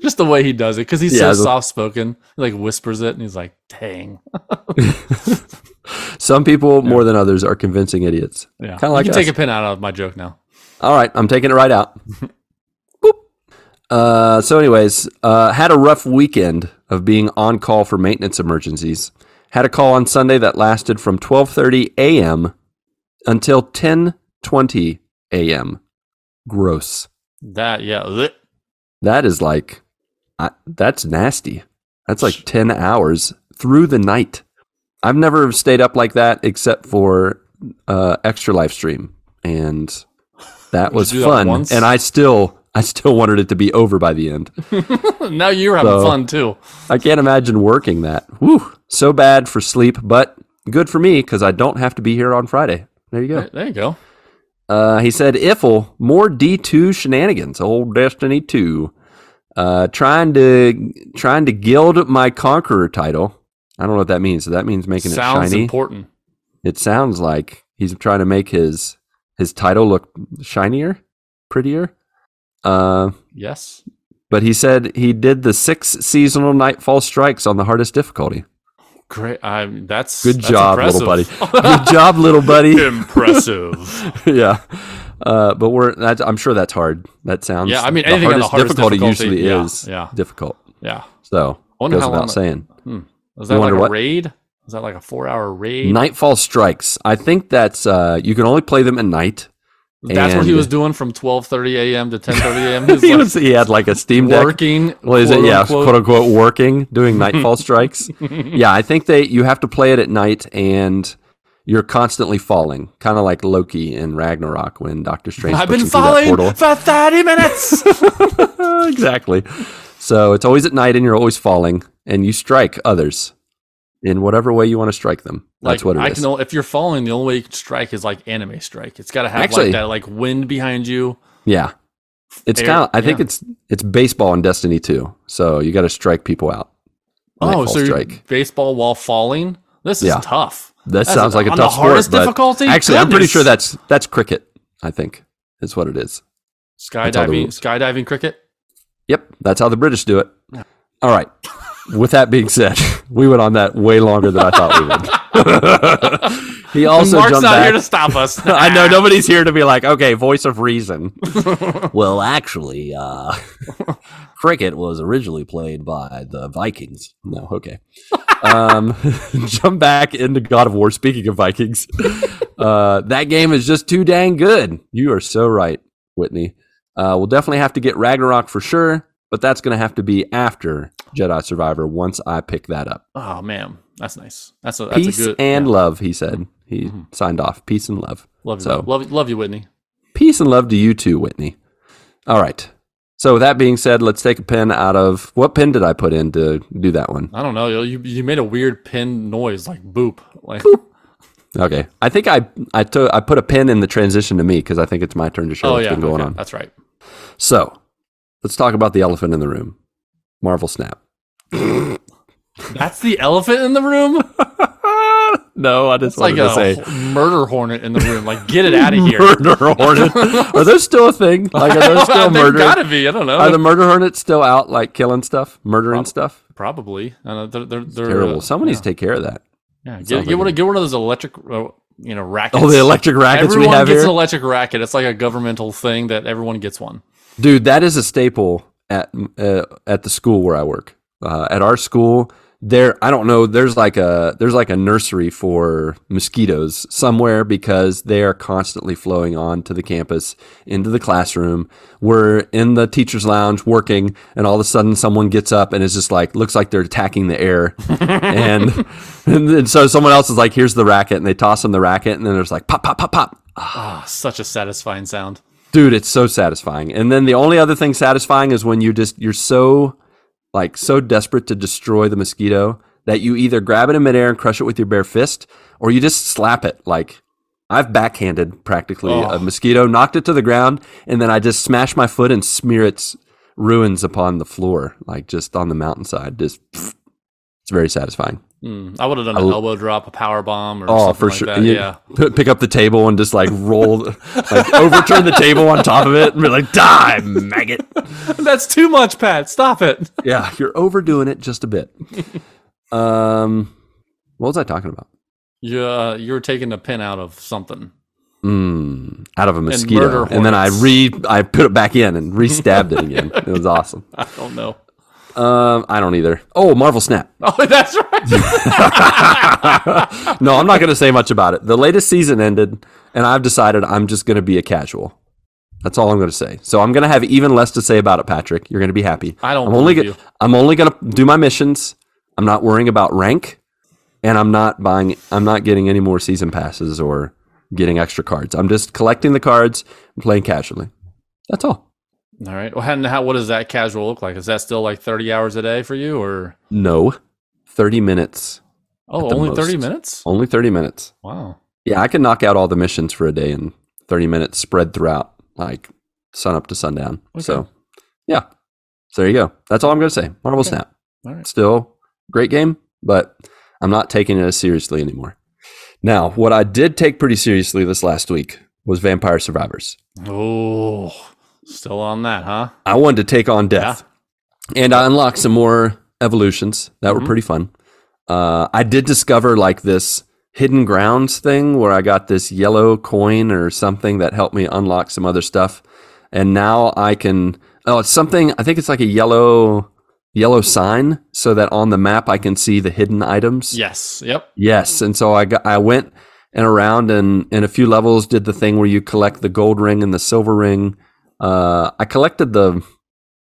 S3: just the way he does it because he's
S2: Yeah, the-
S3: so soft spoken like whispers it and he's like dang
S2: Some people more than others are convincing idiots.
S3: yeah
S2: Kinda like
S3: you can
S2: us.
S3: take a pin out of my joke now
S2: All right, I'm taking it right out. Boop. Uh, so, anyways, uh, had a rough weekend of being on call for maintenance emergencies. Had a call on Sunday that lasted from 12:30 a.m. until 10:20 a.m. Gross.
S3: that yeah blech.
S2: That is like, I, that's nasty. That's like 10 hours through the night. I've never stayed up like that except for uh, extra live stream, and that was
S3: do that
S2: fun.
S3: once?
S2: and I still, I still wanted it to be over by the end.
S3: now you're having
S2: So-
S3: fun too
S2: I can't imagine working that. Whew, so bad for sleep, but good for me because I don't have to be here on Friday. There you go.
S3: there you go
S2: Uh, he said, "Iffle more D two shenanigans, old Destiny two, uh, trying to trying to gild my conqueror title. I don't know what that means. So that means making
S3: sounds
S2: it shiny.
S3: important
S2: It sounds like he's trying to make his his title look shinier, prettier. Uh,
S3: yes
S2: but he said he did the six seasonal nightfall strikes on the hardest difficulty.
S3: great i that's
S2: Good
S3: that's
S2: job,
S3: impressive.
S2: little buddy. Good job, little buddy.
S3: impressive
S2: yeah. Uh, but we're that's, I'm sure that's hard. That sounds
S3: Yeah, I mean, anything on the hardest difficulty,
S2: usually
S3: yeah,
S2: is
S3: yeah.
S2: difficult.
S3: Yeah.
S2: So
S3: wonder
S2: goes
S3: how
S2: without
S3: long that-
S2: saying.
S3: Is
S2: You
S3: that like
S2: wonder
S3: a
S2: what-
S3: raid? Is that like a four hour raid?
S2: Nightfall Strikes. I think that's uh, you can only play them at night.
S3: That's what he
S2: and-
S3: was doing from 12:30 a.m. to 10:30 a.m. He's
S2: He,
S3: like
S2: was, he had like a Steam Deck.
S3: working.
S2: Well, is it?
S3: quote
S2: Yeah,
S3: unquote.
S2: quote unquote working, doing nightfall strikes. yeah, I think they you have to play it at night, and you're constantly falling, kind of like Loki in Ragnarok when Doctor Strange.
S3: I've
S2: puts
S3: been
S2: him through that
S3: falling
S2: portal.
S3: for 30 minutes.
S2: exactly. So it's always at night, and you're always falling, and you strike others in whatever way you want to strike them. That's
S3: like,
S2: what it is.
S3: I Can, o- if you're falling, the only way you can strike is like anime strike. It's got to have
S2: Actually-
S3: like that like wind behind you.
S2: yeah, it's
S3: Air-
S2: kind of. I think
S3: yeah.
S2: it's it's baseball in Destiny too. So you got to strike people out.
S3: Oh,
S2: Nightfall
S3: so you're
S2: strike.
S3: baseball while falling. This is
S2: Yeah.
S3: tough.
S2: That
S3: That's
S2: sounds like a
S3: on
S2: tough
S3: the hardest
S2: sport, but
S3: difficulty?
S2: Actually, I'm pretty
S3: Goodness.
S2: sure that's that's cricket. I think is what it is. That's all the
S3: Skydiving,
S2: rules.
S3: skydiving cricket.
S2: Yep, that's how the British do it. All right. With that being said, we went on that way longer than I thought we would. he also
S3: Mark's not
S2: jumped
S3: here
S2: back.
S3: to stop us.
S2: I know nobody's here to be like, okay, voice of reason. well, actually, uh, cricket was originally played by the Vikings. No, okay. um, jump back into God of War. Speaking of Vikings, uh, that game is just too dang good. You are so right, Whitney. Uh, we'll definitely have to get Ragnarok for sure, but that's going to have to be after Jedi Survivor once I pick that up.
S3: Oh man, that's nice. That's a, that's
S2: Peace
S3: a good
S2: and
S3: yeah. Mm-hmm.
S2: love, he said. He signed off. Peace and love.
S3: love you,
S2: so-
S3: love, love you, Whitney.
S2: Peace and love to you too, Whitney. All right. So with that being said, let's take a pen out of what pen did I put in to do that one?
S3: I don't know. You you made a weird pin noise like boop. Like
S2: Okay. I think I I took I put a pen in the transition to me because I think it's my turn to show
S3: oh
S2: what's
S3: yeah,
S2: been going
S3: okay,
S2: on.
S3: that's right.
S2: So let's talk about the elephant in the room. Marvel Snap.
S3: That's the elephant in the room.
S2: No, I just
S3: It's like a ho- murder hornet in the room. Like get it out of here.
S2: murder hornet. are those still a thing? Like are those still
S3: They've
S2: murder?
S3: gotta be. I don't know.
S2: Are the murder hornets still out, like killing stuff, murdering stuff?
S3: Probably. I don't know. They're, they're, they're
S2: Terrible.
S3: uh,
S2: Someone needs to take care of that.
S3: yeah. Get,
S2: sounds
S3: get,
S2: like
S3: one,
S2: a-
S3: of- get one of those electric, uh, you know, rackets.
S2: Oh, the electric rackets
S3: Everyone
S2: we have
S3: gets
S2: here.
S3: an electric racket. It's like a governmental thing that everyone gets one.
S2: Dude, that is a staple at uh, at the school where I work. Uh, at our school, there I don't know. There's like a there's like a nursery for mosquitoes somewhere because they are constantly flowing onto the campus into the classroom. We're in the teachers' lounge working, and all of a sudden someone gets up and is just like looks like they're attacking the air, and, and then- so someone else is like, "Here's the racket," and they toss them the racket, and then there's like pop pop pop pop,
S3: Ah, such a satisfying sound.
S2: dude it's so satisfying and then the only other thing satisfying is when you just you're so like so desperate to destroy the mosquito that you either grab it in midair and crush it with your bare fist or you just slap it like i've backhanded practically
S3: Oh.
S2: a mosquito knocked it to the ground and then i just smash my foot and smear its ruins upon the floor like just on the mountainside just it's very satisfying
S3: Mm, I would have done
S2: I
S3: an
S2: l-
S3: elbow drop, a power bomb, or
S2: Oh,
S3: something
S2: for
S3: like
S2: sure.
S3: that.
S2: You
S3: Yeah.
S2: p- pick up the table and just like roll, like overturn the table on top of it and be like, die, maggot.
S3: That's too much, Pat. Stop it.
S2: yeah, you're overdoing it just a bit. um, what was I talking about?
S3: You, uh, you were taking a pin out of something.
S2: Mm, out of a
S3: murder
S2: mosquito, and, then I
S3: hornets.
S2: re I put it back in and re-stabbed it again. It was awesome.
S3: I don't know.
S2: Um, I don't either. Oh, Marvel Snap.
S3: Oh, that's right.
S2: No, I'm not going to say much about it. The latest season ended, and I've decided I'm just going to be a casual. That's all I'm going to say. So I'm going to have even less to say about it, Patrick. You're going to be happy.
S3: I don't
S2: I'm only
S3: believe
S2: go-
S3: you.
S2: I'm only going to do my missions. I'm not worrying about rank, and I'm not buying. I'm not getting any more season passes or getting extra cards. I'm just collecting the cards and playing casually. That's all.
S3: All right. Well, and how, what does that casual look like? Is that still like 30 hours a day for you, or
S2: No, thirty minutes.
S3: oh,
S2: At the
S3: only 30
S2: most.
S3: minutes?
S2: Only thirty minutes.
S3: Wow.
S2: Yeah, I can knock out all the missions for a day in 30 minutes spread throughout, like sun up to sundown. So,
S3: Okay.
S2: yeah. So there you go. That's all I'm going to say. Marvel Snap.
S3: All right.
S2: Still great game, but I'm not taking it as seriously anymore. Now, what I did take pretty seriously this last week was Vampire Survivors.
S3: Oh, still on that, huh?
S2: I wanted to take on death. and I unlocked some more evolutions that were pretty fun. Uh, I did discover like this hidden grounds thing where I got this yellow coin or something that helped me unlock some other stuff. And now I can oh it's something I think it's like a yellow yellow sign so that on the map I can see the hidden items.
S3: Yes. Yep.
S2: Yes,
S3: Mm.
S2: and so I got I went and around and in a few levels did the thing where you collect the gold ring and the silver ring. Uh, I collected the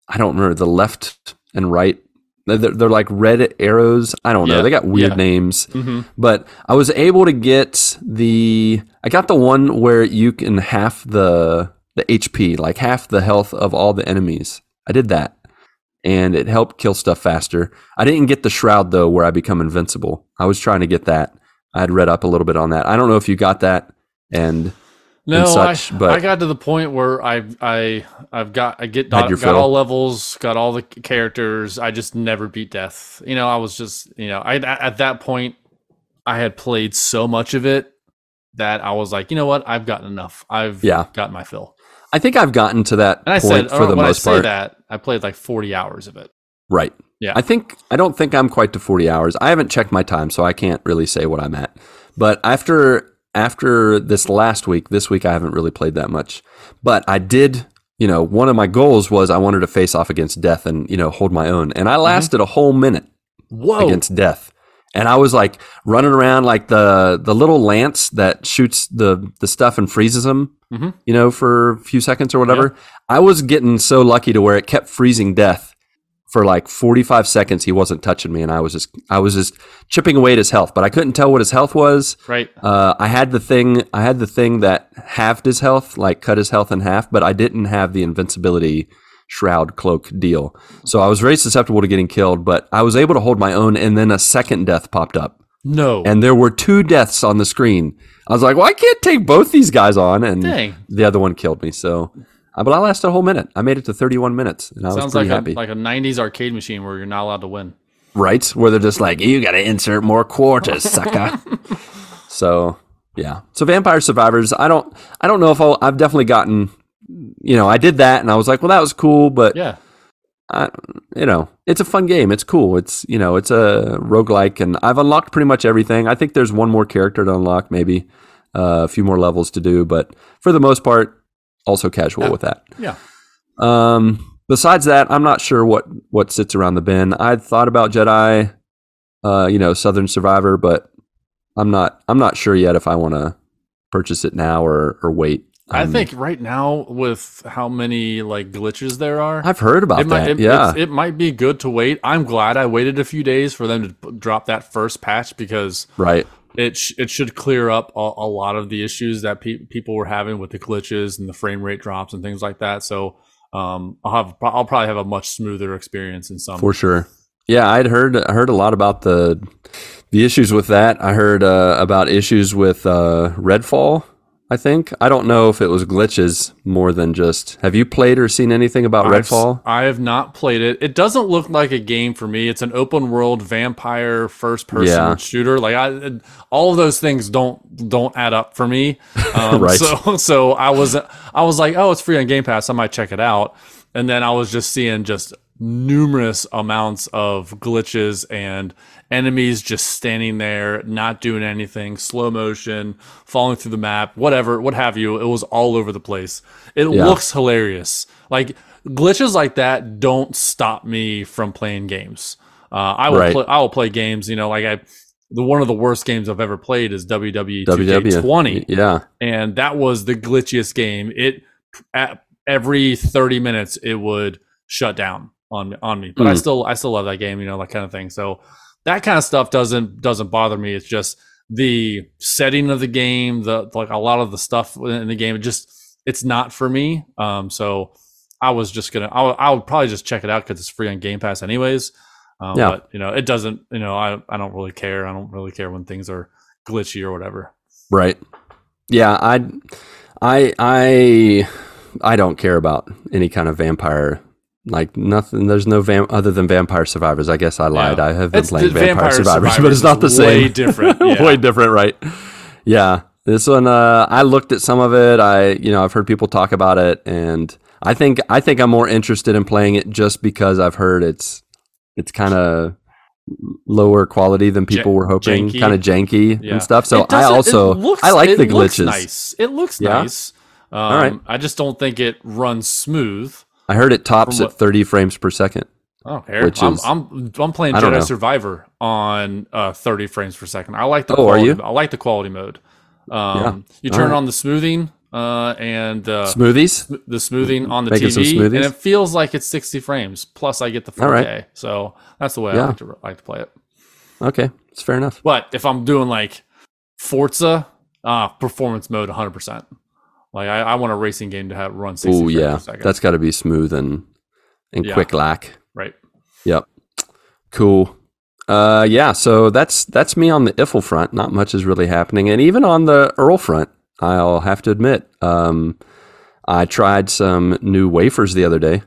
S2: I don't remember the left and right. They're, they're like red arrows. I don't know.
S3: Yeah,
S2: They got weird
S3: yeah.
S2: names,
S3: hmm
S2: but I was able to get the I got the one where you can half the the HP, like half the health of all the enemies. I did that. And it helped kill stuff faster. I didn't get the shroud though where I become invincible. I was trying to get that. I had read up a little bit on that. I don't know if you got that and
S3: No,
S2: such,
S3: I,
S2: but-
S3: I got to the point where I I I've got I get
S2: Had
S3: got,
S2: your
S3: got
S2: fill.
S3: all levels, got all the c- characters. I just never beat death. You know, I was just you know I at- at that point I had played so much of it that I was like, you know what, I've gotten enough. I've
S2: Yeah.
S3: got my fill.
S2: I think I've gotten to that
S3: And I
S2: point
S3: said uh, oh,
S2: for the
S3: when
S2: most
S3: I say
S2: part.
S3: that I played like forty hours of it.
S2: Right.
S3: Yeah.
S2: I think I don't think I'm quite to 40 hours. I haven't checked my time, so I can't really say what I'm at. But after after this last week, this week I haven't really played that much. But I did, you know, one of my goals was I wanted to face off against death and, you know, hold my own. And I lasted a whole minute
S3: Whoa!
S2: against death. And I was like running around like the the little lance that shoots the the stuff and freezes them,
S3: Mhm.
S2: you know, for a few seconds or whatever. I was getting so lucky to where it kept freezing death for like 45 seconds he wasn't touching me and I was just I was just chipping away at his health, but I couldn't tell what his health was.
S3: right.
S2: Uh, I had the thing. I had the thing that halved his health, like cut his health in half, but I didn't have the invincibility shroud cloak deal. So I was very susceptible to getting killed, but I was able to hold my own. And then a second death popped up,
S3: No.
S2: and there were two deaths on the screen. I was like, "Well, I can't take both these guys on," and
S3: Dang.
S2: the other one killed me. So, uh, but I lasted a whole minute. I made it to 31 minutes, and I was
S3: Sounds like
S2: pretty
S3: a,
S2: happy.
S3: like a '90s arcade machine where you're not allowed to win.
S2: right? Where they're just like, you got to insert more quarters, sucker. so yeah. So Vampire Survivors, I don't, I don't know if I'll, I've definitely gotten, you know, I did that and I was like, well, that was cool, but
S3: Yeah.
S2: you know, it's a fun game. It's cool. It's you know, it's a roguelike and I've unlocked pretty much everything. I think there's one more character to unlock, maybe uh, a few more levels to do, but for the most part, also casual with that.
S3: Yeah.
S2: Um, besides that, I'm not sure what what sits around the bin. I would thought about Jedi, uh, you know, Southern Survivor, but I'm not I'm not sure yet if I want to purchase it now or or wait.
S3: I
S2: Um,
S3: think right now with how many like glitches there are,
S2: I've heard about
S3: it
S2: that.
S3: might, it,
S2: yeah,
S3: it's- it might be good to wait. I'm glad I waited a few days for them to p- drop that first patch because
S2: right.
S3: it sh- it should clear up a, a lot of the issues that pe- people were having with the glitches and the frame rate drops and things like that. So um, I'll have I'll probably have a much smoother experience in some.
S2: For sure. Yeah, I'd heard I heard a lot about the the issues with that. I heard uh, about issues with uh, Redfall. I think I don't know if it was glitches more than just. Have you played or seen anything about
S3: I've s-
S2: Redfall?
S3: I have not played it. It doesn't look like a game for me. It's an open world vampire first person
S2: Yeah.
S3: shooter. Like I, all of those things don't don't add up for me. Um,
S2: Right.
S3: So so I was I was like, oh, it's free on Game Pass. I might check it out. And then I was just seeing just numerous amounts of glitches and enemies just standing there not doing anything slow motion falling through the map whatever what have you it was all over the place it
S2: Yeah.
S3: looks hilarious. Like glitches like that don't stop me from playing games. Uh, I will
S2: Right.
S3: play, I will play games. You know, like I the one of the worst games I've ever played is E WWE
S2: WW
S3: 2K20,
S2: E. Yeah,
S3: and that was the glitchiest game. It at every thirty minutes it would shut down on on me, but I
S2: Mm.
S3: still I still love that game. You know, that kind of thing. So that kind of stuff doesn't doesn't bother me. It's just the setting of the game, the like a lot of the stuff in the game. It just it's not for me. Um, so I was just gonna I'll, I'll probably just check it out because it's free on Game Pass anyways. Um,
S2: Yeah.
S3: But you know, it doesn't. You know, I I don't really care. I don't really care when things are glitchy or whatever.
S2: right. Yeah, I, I, I, I don't care about any kind of vampire. Like nothing. There's no vam- other than Vampire Survivors. I guess I lied.
S3: Yeah.
S2: I have been
S3: It's-
S2: playing
S3: the
S2: Vampire, Survivors, but it's not the
S3: is
S2: same.
S3: Way different. Yeah.
S2: way different, right? Yeah. This one, uh, I looked at some of it. I, you know, I've heard people talk about it, and I think I think I'm more interested in playing it just because I've heard it's it's kind of lower quality than people
S3: Ja-
S2: were hoping,
S3: janky.
S2: kind of janky
S3: Yeah.
S2: and stuff. So
S3: It
S2: I
S3: doesn't- it
S2: also
S3: looks-
S2: I like
S3: it
S2: the
S3: looks
S2: glitches.
S3: nice. It looks
S2: Yeah?
S3: nice. Um,
S2: right.
S3: I just don't think it runs smooth.
S2: I heard it tops
S3: From
S2: at
S3: what-
S2: 30 frames per second.
S3: Oh, here.
S2: Which
S3: I'm,
S2: is-
S3: I'm I'm playing
S2: I
S3: Jedi
S2: don't know.
S3: Survivor on uh, 30 frames per second. I like the
S2: Oh, are
S3: quality,
S2: you?
S3: I like the quality mode. Um, You
S2: All
S3: turn
S2: right.
S3: on the smoothing uh, and uh,
S2: Smoothies?
S3: the smoothing on the
S2: Making some
S3: TV, and
S2: smoothies?
S3: it feels like it's 60 frames. Plus, I get the 4K,
S2: All right.
S3: so that's the way I
S2: Yeah.
S3: like to like to play it.
S2: Okay, it's fair enough.
S3: But if I'm doing like Forza, uh, performance mode 100. percent Like I, I want a racing game to have run 60
S2: Oh
S3: frames
S2: yeah,
S3: per second.
S2: that's got to be smooth and and
S3: Yeah.
S2: quick lack.
S3: right.
S2: Yep. Cool. Uh, yeah. So that's that's me on the Iffle front. Not much is really happening, and even on the Earl front, I'll have to admit, um, I tried some new wafers the other day.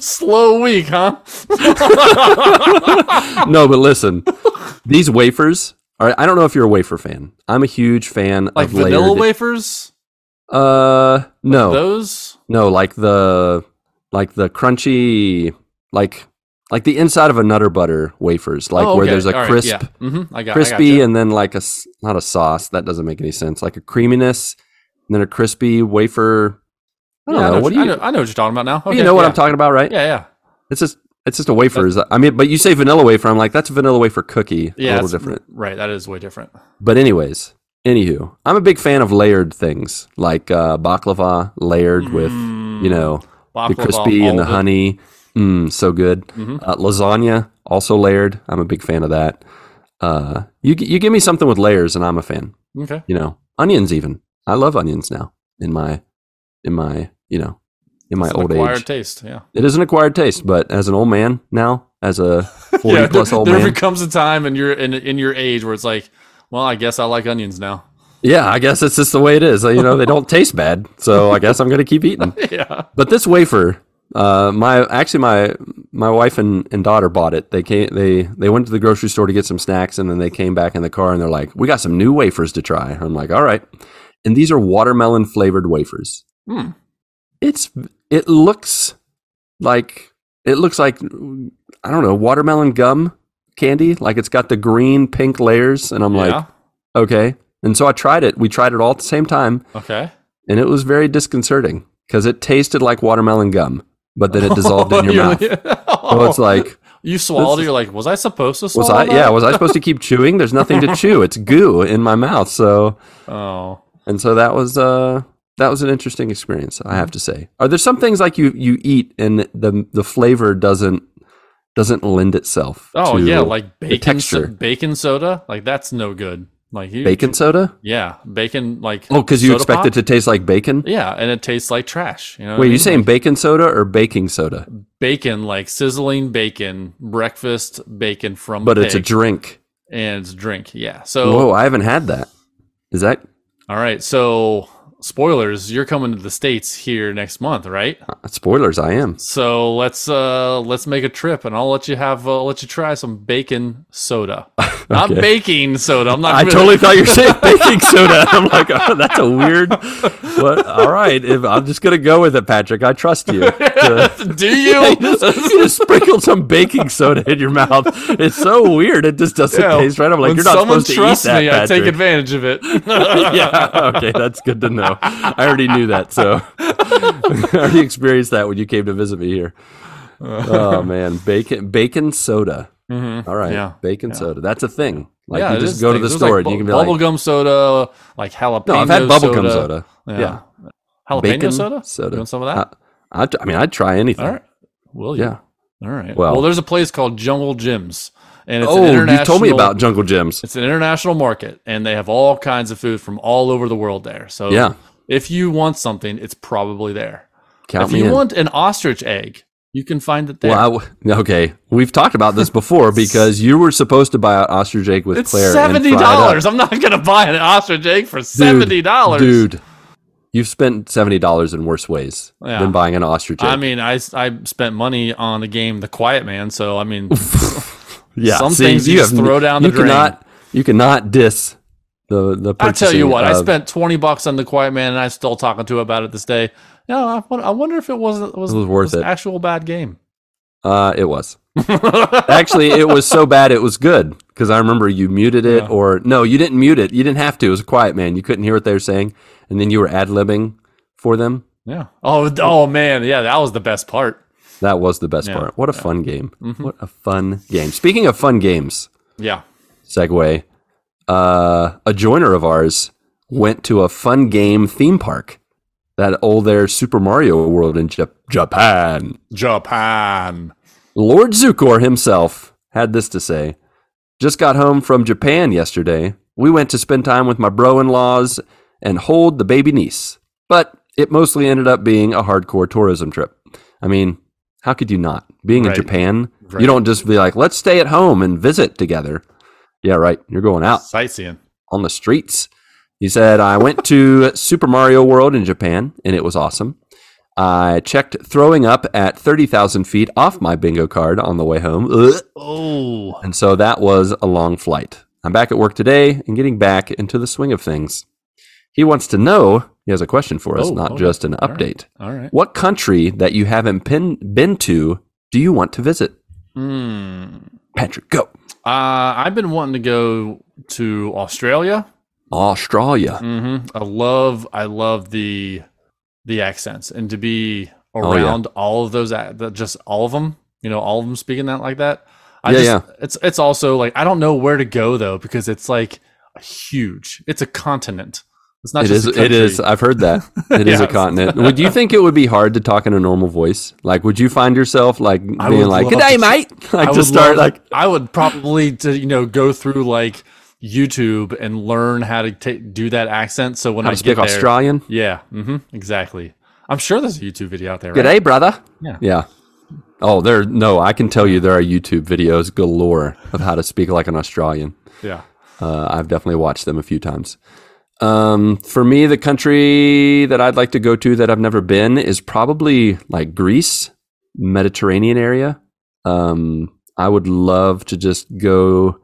S3: Slow week, huh?
S2: no, but listen, these wafers. Are, I don't know if you're a wafer fan. I'm a huge fan
S3: Like
S2: of
S3: vanilla
S2: layered-
S3: wafers.
S2: Uh, no,
S3: Those.
S2: no, like the like the crunchy, like like the inside of a nutter butter wafers, like
S3: Oh,
S2: where
S3: okay.
S2: there's a
S3: All right,
S2: crisp
S3: yeah. Mhm, I got,
S2: crispy
S3: I gotcha.
S2: and then like a s- not a sauce that doesn't make any sense like a creaminess and then a crispy wafer i don't
S3: Yeah,
S2: know what do
S3: I
S2: you
S3: know, I know what you're talking about now.
S2: you
S3: Okay,
S2: know what
S3: yeah.
S2: i'm talking about right
S3: Yeah, yeah,
S2: it's just it's just a wafer is i mean but you say vanilla wafer i'm like that's a vanilla wafer cookie
S3: yeah.
S2: a little
S3: that's-
S2: different
S3: Right, that is way different.
S2: but anyways anywho i'm a big fan of layered things like uh, baklava layered with you know the
S3: Mm. Baklava,
S2: crispy
S3: all
S2: and the
S3: of it.
S2: honey. Mm, so good.
S3: Mhm.
S2: Uh, lasagna also layered. I'm a big fan of that. Uh, you you give me something with layers, and I'm a fan.
S3: Okay.
S2: You know, onions even. I love onions now. In my in my you know in my
S3: It's an
S2: old
S3: acquired
S2: age,
S3: taste. Yeah.
S2: it is an acquired taste. But as an old man now, as a 40
S3: yeah,
S2: plus
S3: there,
S2: old
S3: there
S2: man,
S3: becomes a time in your in in your age where it's like, well, I guess I like onions now.
S2: yeah, I guess it's just the way it is. You know, they don't taste bad, so I guess I'm gonna keep eating.
S3: yeah.
S2: But this wafer, uh, my actually my my wife and, and daughter bought it. They came they they went to the grocery store to get some snacks, and then they came back in the car and they're like, "We got some new wafers to try." I'm like, "All right," and these are watermelon flavored wafers.
S3: Hmm.
S2: It's it looks like it looks like I don't know watermelon gum candy. Like it's got the green pink layers, and I'm like,
S3: yeah.
S2: okay. And so I tried it. We tried it all at the same time
S3: Okay.
S2: and it was very disconcerting because it tasted like watermelon gum, but then it dissolved in your
S3: You're
S2: mouth. So
S3: like- oh,
S2: it's like,
S3: you swallowed.
S2: this-
S3: it, You're like, was I supposed to
S2: was
S3: swallow?
S2: I?
S3: that?
S2: Yeah, was I supposed to keep chewing? There's nothing to chew. It's goo in my mouth. So
S3: Oh.
S2: and so that was uh that was an interesting experience. I have to say. Are there some things like you you eat and the the flavor doesn't doesn't lend itself?
S3: Oh
S2: to
S3: yeah, like bacon. so-
S2: texture.
S3: bacon soda. Like that's no good. Like you,
S2: bacon soda.
S3: Yeah, bacon. Like
S2: Oh, because you
S3: soda
S2: expect
S3: pop?
S2: it to taste like bacon.
S3: Yeah, and it tastes like trash. You know. what I
S2: Wait, you
S3: mean?
S2: saying bacon soda or baking soda?
S3: bacon, like sizzling bacon, breakfast bacon from
S2: But it's a
S3: pig,
S2: drink.
S3: and it's drink. Yeah. So
S2: Whoa, I haven't had that. Is that
S3: all right. So spoilers, you're coming to the states here next month, right?
S2: spoilers? I am.
S3: So let's uh let's make a trip, and I'll let you have uh, let you try some bacon soda. Not
S2: Okay.
S3: baking soda. I'm not.
S2: I
S3: gonna-
S2: totally thought you were saying baking soda. I'm like, oh, that's a weird. What? All right, if, I'm just gonna go with it, Patrick. I trust you. To-
S3: Do
S2: you,
S3: you?
S2: just, you just sprinkled some baking soda in your mouth. It's so weird. It just doesn't
S3: Yeah,
S2: taste right. I'm like,
S3: when
S2: you're not
S3: someone
S2: supposed to eat
S3: trusts
S2: that,
S3: me, I
S2: Patrick.
S3: take advantage of it. Mm-hmm.
S2: yeah. Okay, that's good to know. I already knew that, so I already experienced that when you came to visit me here. Oh man, bacon bacon soda. All right,
S3: Yeah,
S2: bacon soda. That's a thing. Like
S3: Yeah,
S2: you
S3: it
S2: just
S3: is
S2: go to
S3: things. There's,
S2: the store
S3: like
S2: and you can be like,
S3: bubble gum soda, like jalapeno.
S2: No, I've had bubblegum soda. Yeah.
S3: Jalapeno
S2: Bacon
S3: soda?
S2: soda.
S3: You want some of that?
S2: I, I mean, I'd try anything.
S3: All right. Will you?
S2: Yeah.
S3: All right.
S2: Well-
S3: Well, there's a place called Jungle Gyms, and it's an
S2: Oh,
S3: international.
S2: you told me about Jungle Gyms.
S3: It's an international market, and they have all kinds of food from all over the world there. So
S2: Yeah.
S3: if you want something, it's probably there.
S2: Count
S3: if
S2: me
S3: you
S2: in.
S3: want an ostrich egg, you can find it there.
S2: well, I w okay. We've talked about this before because you were supposed to buy an ostrich egg with
S3: it's
S2: Claire. and
S3: seventy
S2: fry it up.
S3: dollars. I'm not gonna buy an ostrich egg for seventy dollars,
S2: dude. You've spent seventy dollars in worse ways
S3: Yeah.
S2: than buying an ostrich egg.
S3: I mean, I, I spent money on the game The Quiet Man, so I mean,
S2: yeah,
S3: some
S2: see,
S3: things you just
S2: have-
S3: throw down the
S2: you
S3: drain.
S2: Cannot, you cannot diss the the.
S3: I tell you
S2: purchasing uh,
S3: what, I
S2: of-
S3: spent twenty bucks on The Quiet Man, and I'm still talking to about it this day. No, I, won- I wonder if it wasn't was,
S2: It was worth it.
S3: Actual bad game.
S2: Uh, it was. Actually, it was so bad it was good because I remember you muted it,
S3: Yeah.
S2: or no, you didn't mute it. You didn't have to. It was quiet, man. You couldn't hear what they were saying, and then you were ad libbing for them.
S3: yeah. Oh, oh man, yeah, that was the best part.
S2: That was the best
S3: Yeah, Mm-hmm.
S2: part. What a fun game! What a fun game. Speaking of fun games,
S3: Yeah.
S2: segue. Uh, a joiner of ours went to a fun game theme park. That old there Super Mario World in Jap- Japan.
S3: Japan.
S2: Lord Zukor himself had this to say. Just got home from Japan yesterday. We went to spend time with my bro in laws and hold the baby niece. But it mostly ended up being a hardcore tourism trip. I mean, how could you not? Being
S3: Right.
S2: in Japan,
S3: Right.
S2: you don't just be like, let's stay at home and visit together. Yeah, right. You're going out
S3: Sightseeing.
S2: on the streets. He said, I went to Super Mario World in Japan and it was awesome. I checked throwing up at 30,000 feet off my bingo card on the way home. Ugh.
S3: Oh.
S2: And so that was a long flight. I'm back at work today and getting back into the swing of things. He wants to know, he has a question for us,
S3: Oh,
S2: not
S3: oh,
S2: just an
S3: all right.
S2: update.
S3: All right.
S2: What country that you haven't been, been to do you want to visit?
S3: Hmm.
S2: Patrick, go.
S3: Uh, I've been wanting to go to Australia.
S2: Australia.
S3: hmm I love I love the the accents and to be
S2: Oh, yeah.
S3: around all of those ac- the- just all of them you know all of them speaking that like that I
S2: Yeah,
S3: just, it's it's also like I don't know where to go though because it's like a huge it's a continent it's not
S2: It
S3: just
S2: is.
S3: a
S2: It
S3: country.
S2: is. I've heard that. It is a
S3: Yes.
S2: continent. Would you think it would be hard to talk in a normal voice? Like, would you find yourself like
S3: I
S2: being
S3: would
S2: like,
S3: love
S2: "Good day,
S3: to-
S2: mate"? Like,
S3: would
S2: just start
S3: love-
S2: like,
S3: I would probably to, you know go through like YouTube and learn how to ta do that accent so when
S2: "How
S3: I
S2: to speak
S3: get there,
S2: Australian?"
S3: yeah hmm exactly I'm sure there's a YouTube video out there
S2: Good
S3: right?
S2: day, brother.
S3: Yeah.
S2: Yeah. Oh, there. No, I can tell you there are YouTube videos galore of how to speak like an Australian.
S3: yeah
S2: Uh, I've definitely watched them a few times. Um, for me, the country that I'd like to go to that I've never been is probably like Greece, Mediterranean area. Um, I would love to just go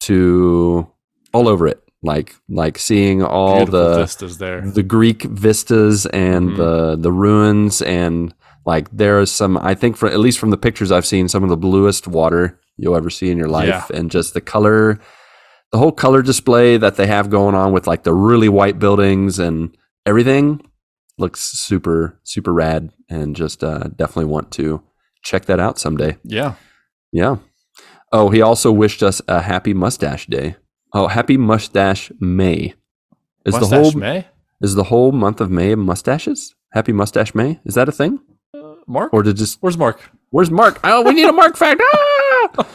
S2: to all over it, like like seeing all
S3: Beautiful
S2: the
S3: vistas there
S2: the Greek vistas and
S3: Mhm.
S2: the the ruins and like there is some I think for at least from the pictures I've seen some of the bluest water you'll ever see in your life and just the color the whole color display that they have going on with like the really white buildings and everything looks super super rad and just uh, definitely want to check that out someday.
S3: Yeah.
S2: Yeah. Oh, he also wished us a happy mustache day. Oh, happy mustache May. Is the
S3: Mustache
S2: whole
S3: May?
S2: is the whole month of May mustaches? Happy Mustache May? Is that a thing?
S3: Mark?
S2: Or did just
S3: Where's Mark?
S2: where's Mark? Oh, we need a Mark fact. Ah!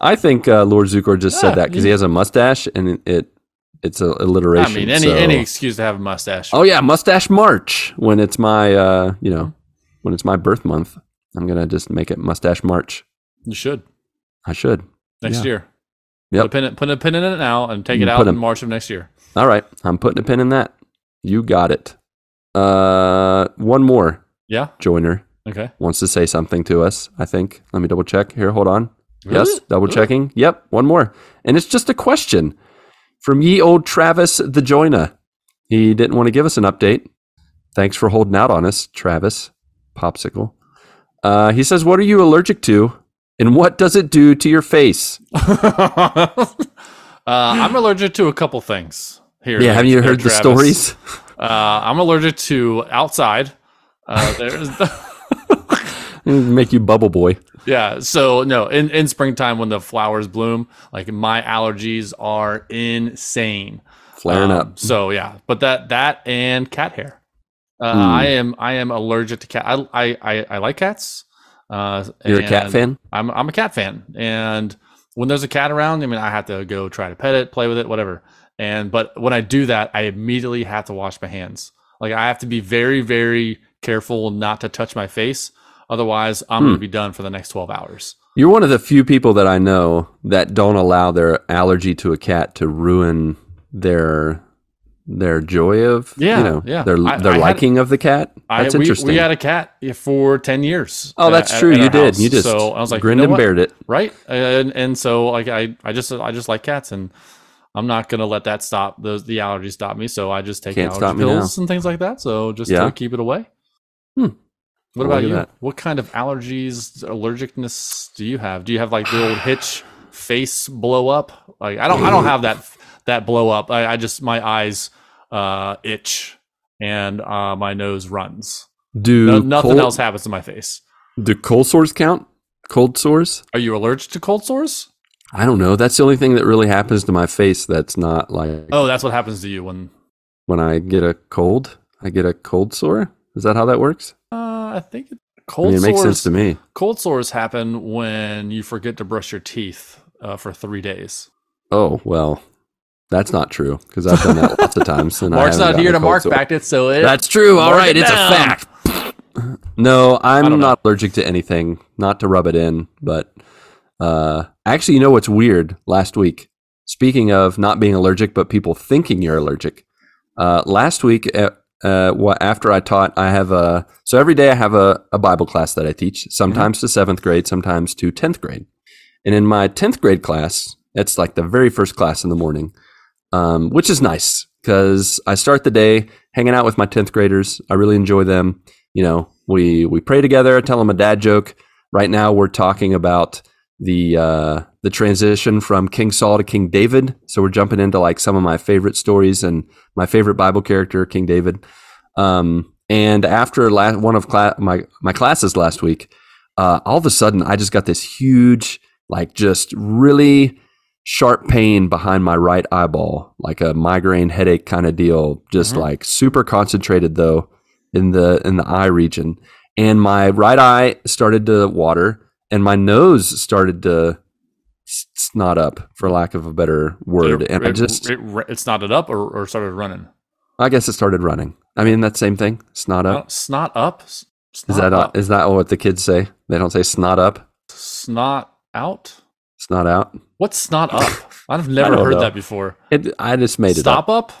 S2: I think uh, Lord Zukor just
S3: Ah,
S2: said that because
S3: you-
S2: he has a mustache and it, it it's a alliteration.
S3: I mean, any
S2: so-
S3: any excuse to have a mustache.
S2: Oh yeah, Mustache March when it's my uh, you know when it's my birth month. I'm gonna just make it Mustache March.
S3: You should
S2: I should.
S3: next
S2: Yeah.
S3: year.
S2: Yep.
S3: Put a pin in- put a pin in it now and take
S2: You
S3: it
S2: can
S3: out
S2: put
S3: in
S2: a-
S3: March of next year.
S2: All right, I'm putting a pin in that. You got it. Uh, one more
S3: Yeah.
S2: joiner.
S3: Okay.
S2: wants to say something to us, I think. Let me double check. Here, hold on. Yes,
S3: Really?
S2: double
S3: Really?
S2: checking. Yep, one more. And it's just a question from ye old Travis the Joiner. He didn't want to give us an update. Thanks for holding out on us, Travis. Popsicle. Uh, he says, What are you allergic to? And what does it do to your face?
S3: uh, I'm allergic to a couple things here.
S2: yeah,
S3: there-
S2: haven't you
S3: there,
S2: heard the
S3: Travis.
S2: stories?
S3: Uh, I'm allergic to outside. Uh, there's
S2: Make you bubble boy.
S3: Yeah. So no, in, in springtime when the flowers bloom, like my allergies are insane.
S2: Flaring
S3: Um,
S2: up.
S3: So yeah, but that that and cat hair.
S2: Hmm.
S3: Uh, I am I am allergic to cat. I I I, I like cats. Uh,
S2: You're a cat
S3: and
S2: fan?
S3: I'm I'm a cat fan, and when there's a cat around, I mean, I have to go try to pet it, play with it, whatever. And but when I do that, I immediately have to wash my hands. Like I have to be very very careful not to touch my face, otherwise I'm
S2: Hmm.
S3: gonna be done for the next twelve hours.
S2: You're one of the few people that I know that don't allow their allergy to a cat to ruin their their joy of
S3: Yeah,
S2: you know,
S3: yeah.
S2: their
S3: I-
S2: their
S3: I had-
S2: liking of the cat. That's
S3: I, we,
S2: interesting.
S3: We had a cat for ten years.
S2: oh,
S3: at-
S2: that's
S3: at-
S2: true.
S3: at
S2: you
S3: our
S2: did.
S3: house.
S2: You just
S3: so I was like, you
S2: grinned
S3: know
S2: and
S3: what?
S2: bared it.
S3: right and and so like i i just i just like cats and i'm not gonna let that stop those the allergies stop me so i just take
S2: Can't
S3: allergy
S2: stop me
S3: pills and things like that so just
S2: Yeah.
S3: to keep it away What
S2: Hmm. Look
S3: about
S2: at
S3: you?
S2: that.
S3: What kind of allergies, allergicness do you have? Do you have like the old hitch face blow up? Like I don't, I don't have that that blow up. I, I just my eyes uh, itch and uh, my nose runs.
S2: Do
S3: No, nothing
S2: cold,
S3: else happens to my face.
S2: Do cold sores count? Cold sores?
S3: Are you allergic to cold sores?
S2: I don't know. That's the only thing that really happens to my face. That's not like
S3: Oh, that's what happens to you when.
S2: when I get a cold. I get a cold sore. Is that how that works?
S3: Uh, I think it-
S2: I
S3: cold
S2: mean, it makes
S3: sores.
S2: sense to me.
S3: Cold sores happen when you forget to brush your teeth uh, for three days.
S2: Oh well, that's not true because I've done that lots of times. And I
S3: Mark's
S2: haven't
S3: not
S2: gotten
S3: here
S2: a
S3: to
S2: cold
S3: mark
S2: sore.
S3: fact it, so it,
S2: That's true. All
S3: Mark it
S2: right, it's
S3: down.
S2: a fact. No,
S3: don't know.
S2: I'm not allergic to anything. Not to rub it in, but uh, actually, you know what's weird? Last week, speaking of not being allergic, but people thinking you're allergic. Uh, last week, uh, uh, wha- after I taught, I have a so every day I have a, a Bible class that I teach. Sometimes
S3: Mm-hmm.
S2: to seventh grade, sometimes to tenth grade. And in my tenth grade class, it's like the very first class in the morning, um, which is nice because I start the day hanging out with my tenth graders. I really enjoy them you know, we we pray together, I tell them a dad joke. Right now, we're talking about the uh, the transition from King Saul to King David. So we're jumping into like some of my favorite stories and my favorite Bible character, King David. Um, and after la- one of cla- my my classes last week, uh, all of a sudden, I just got this huge, like, just really sharp pain behind my right eyeball, like a migraine headache kind of deal. Just
S3: Mhm.
S2: like super concentrated though in the in the eye region and my right eye started to water and my nose started to s- snot up for lack of a better word
S3: it-
S2: and i
S3: it-
S2: just
S3: it, it snotted up or, or started running.
S2: i guess it started running i mean that same thing snot
S3: I
S2: up
S3: don't- Snot up. S-
S2: is
S3: Snot
S2: that
S3: up.
S2: is that what the kids say they don't say snot up
S3: snot out?
S2: snot out
S3: What's snot up? I've never
S2: don't
S3: heard
S2: know.
S3: that before.
S2: it, i just made it up
S3: Stop up.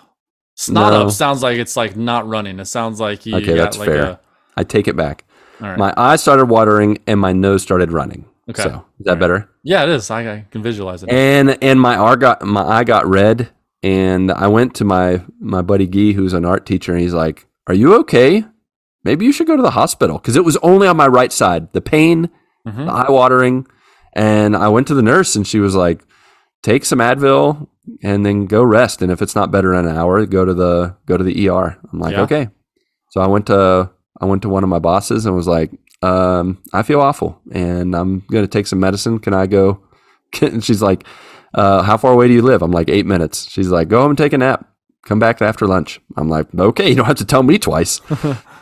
S3: Snot
S2: No.
S3: up sounds like it's like not running. It sounds like you
S2: Okay,
S3: got
S2: that's
S3: like
S2: fair. i take it back
S3: a. All right.
S2: my eye started watering and my nose started running
S3: Okay.
S2: so is that
S3: All right.
S2: better
S3: yeah, it is. I, I can visualize it.
S2: and and my R got my eye got red, and I went to my my buddy Gee, who's an art teacher, and he's like, "Are you okay? Maybe you should go to the hospital because it was only on my right side, the pain,
S3: Mhm.
S2: the eye watering." And I went to the nurse, and she was like, "Take some Advil and then go rest, and if it's not better in an hour, go to the go to the ER." I'm like,
S3: Yeah.
S2: "Okay." So I went to I went to one of my bosses and was like, um, "I feel awful, and I'm gonna take some medicine. Can I go?" and she's like, uh, "How far away do you live?" I'm like, eight minutes." She's like, "Go home and take a nap. Come back after lunch." I'm like, "Okay, you don't have to tell me twice."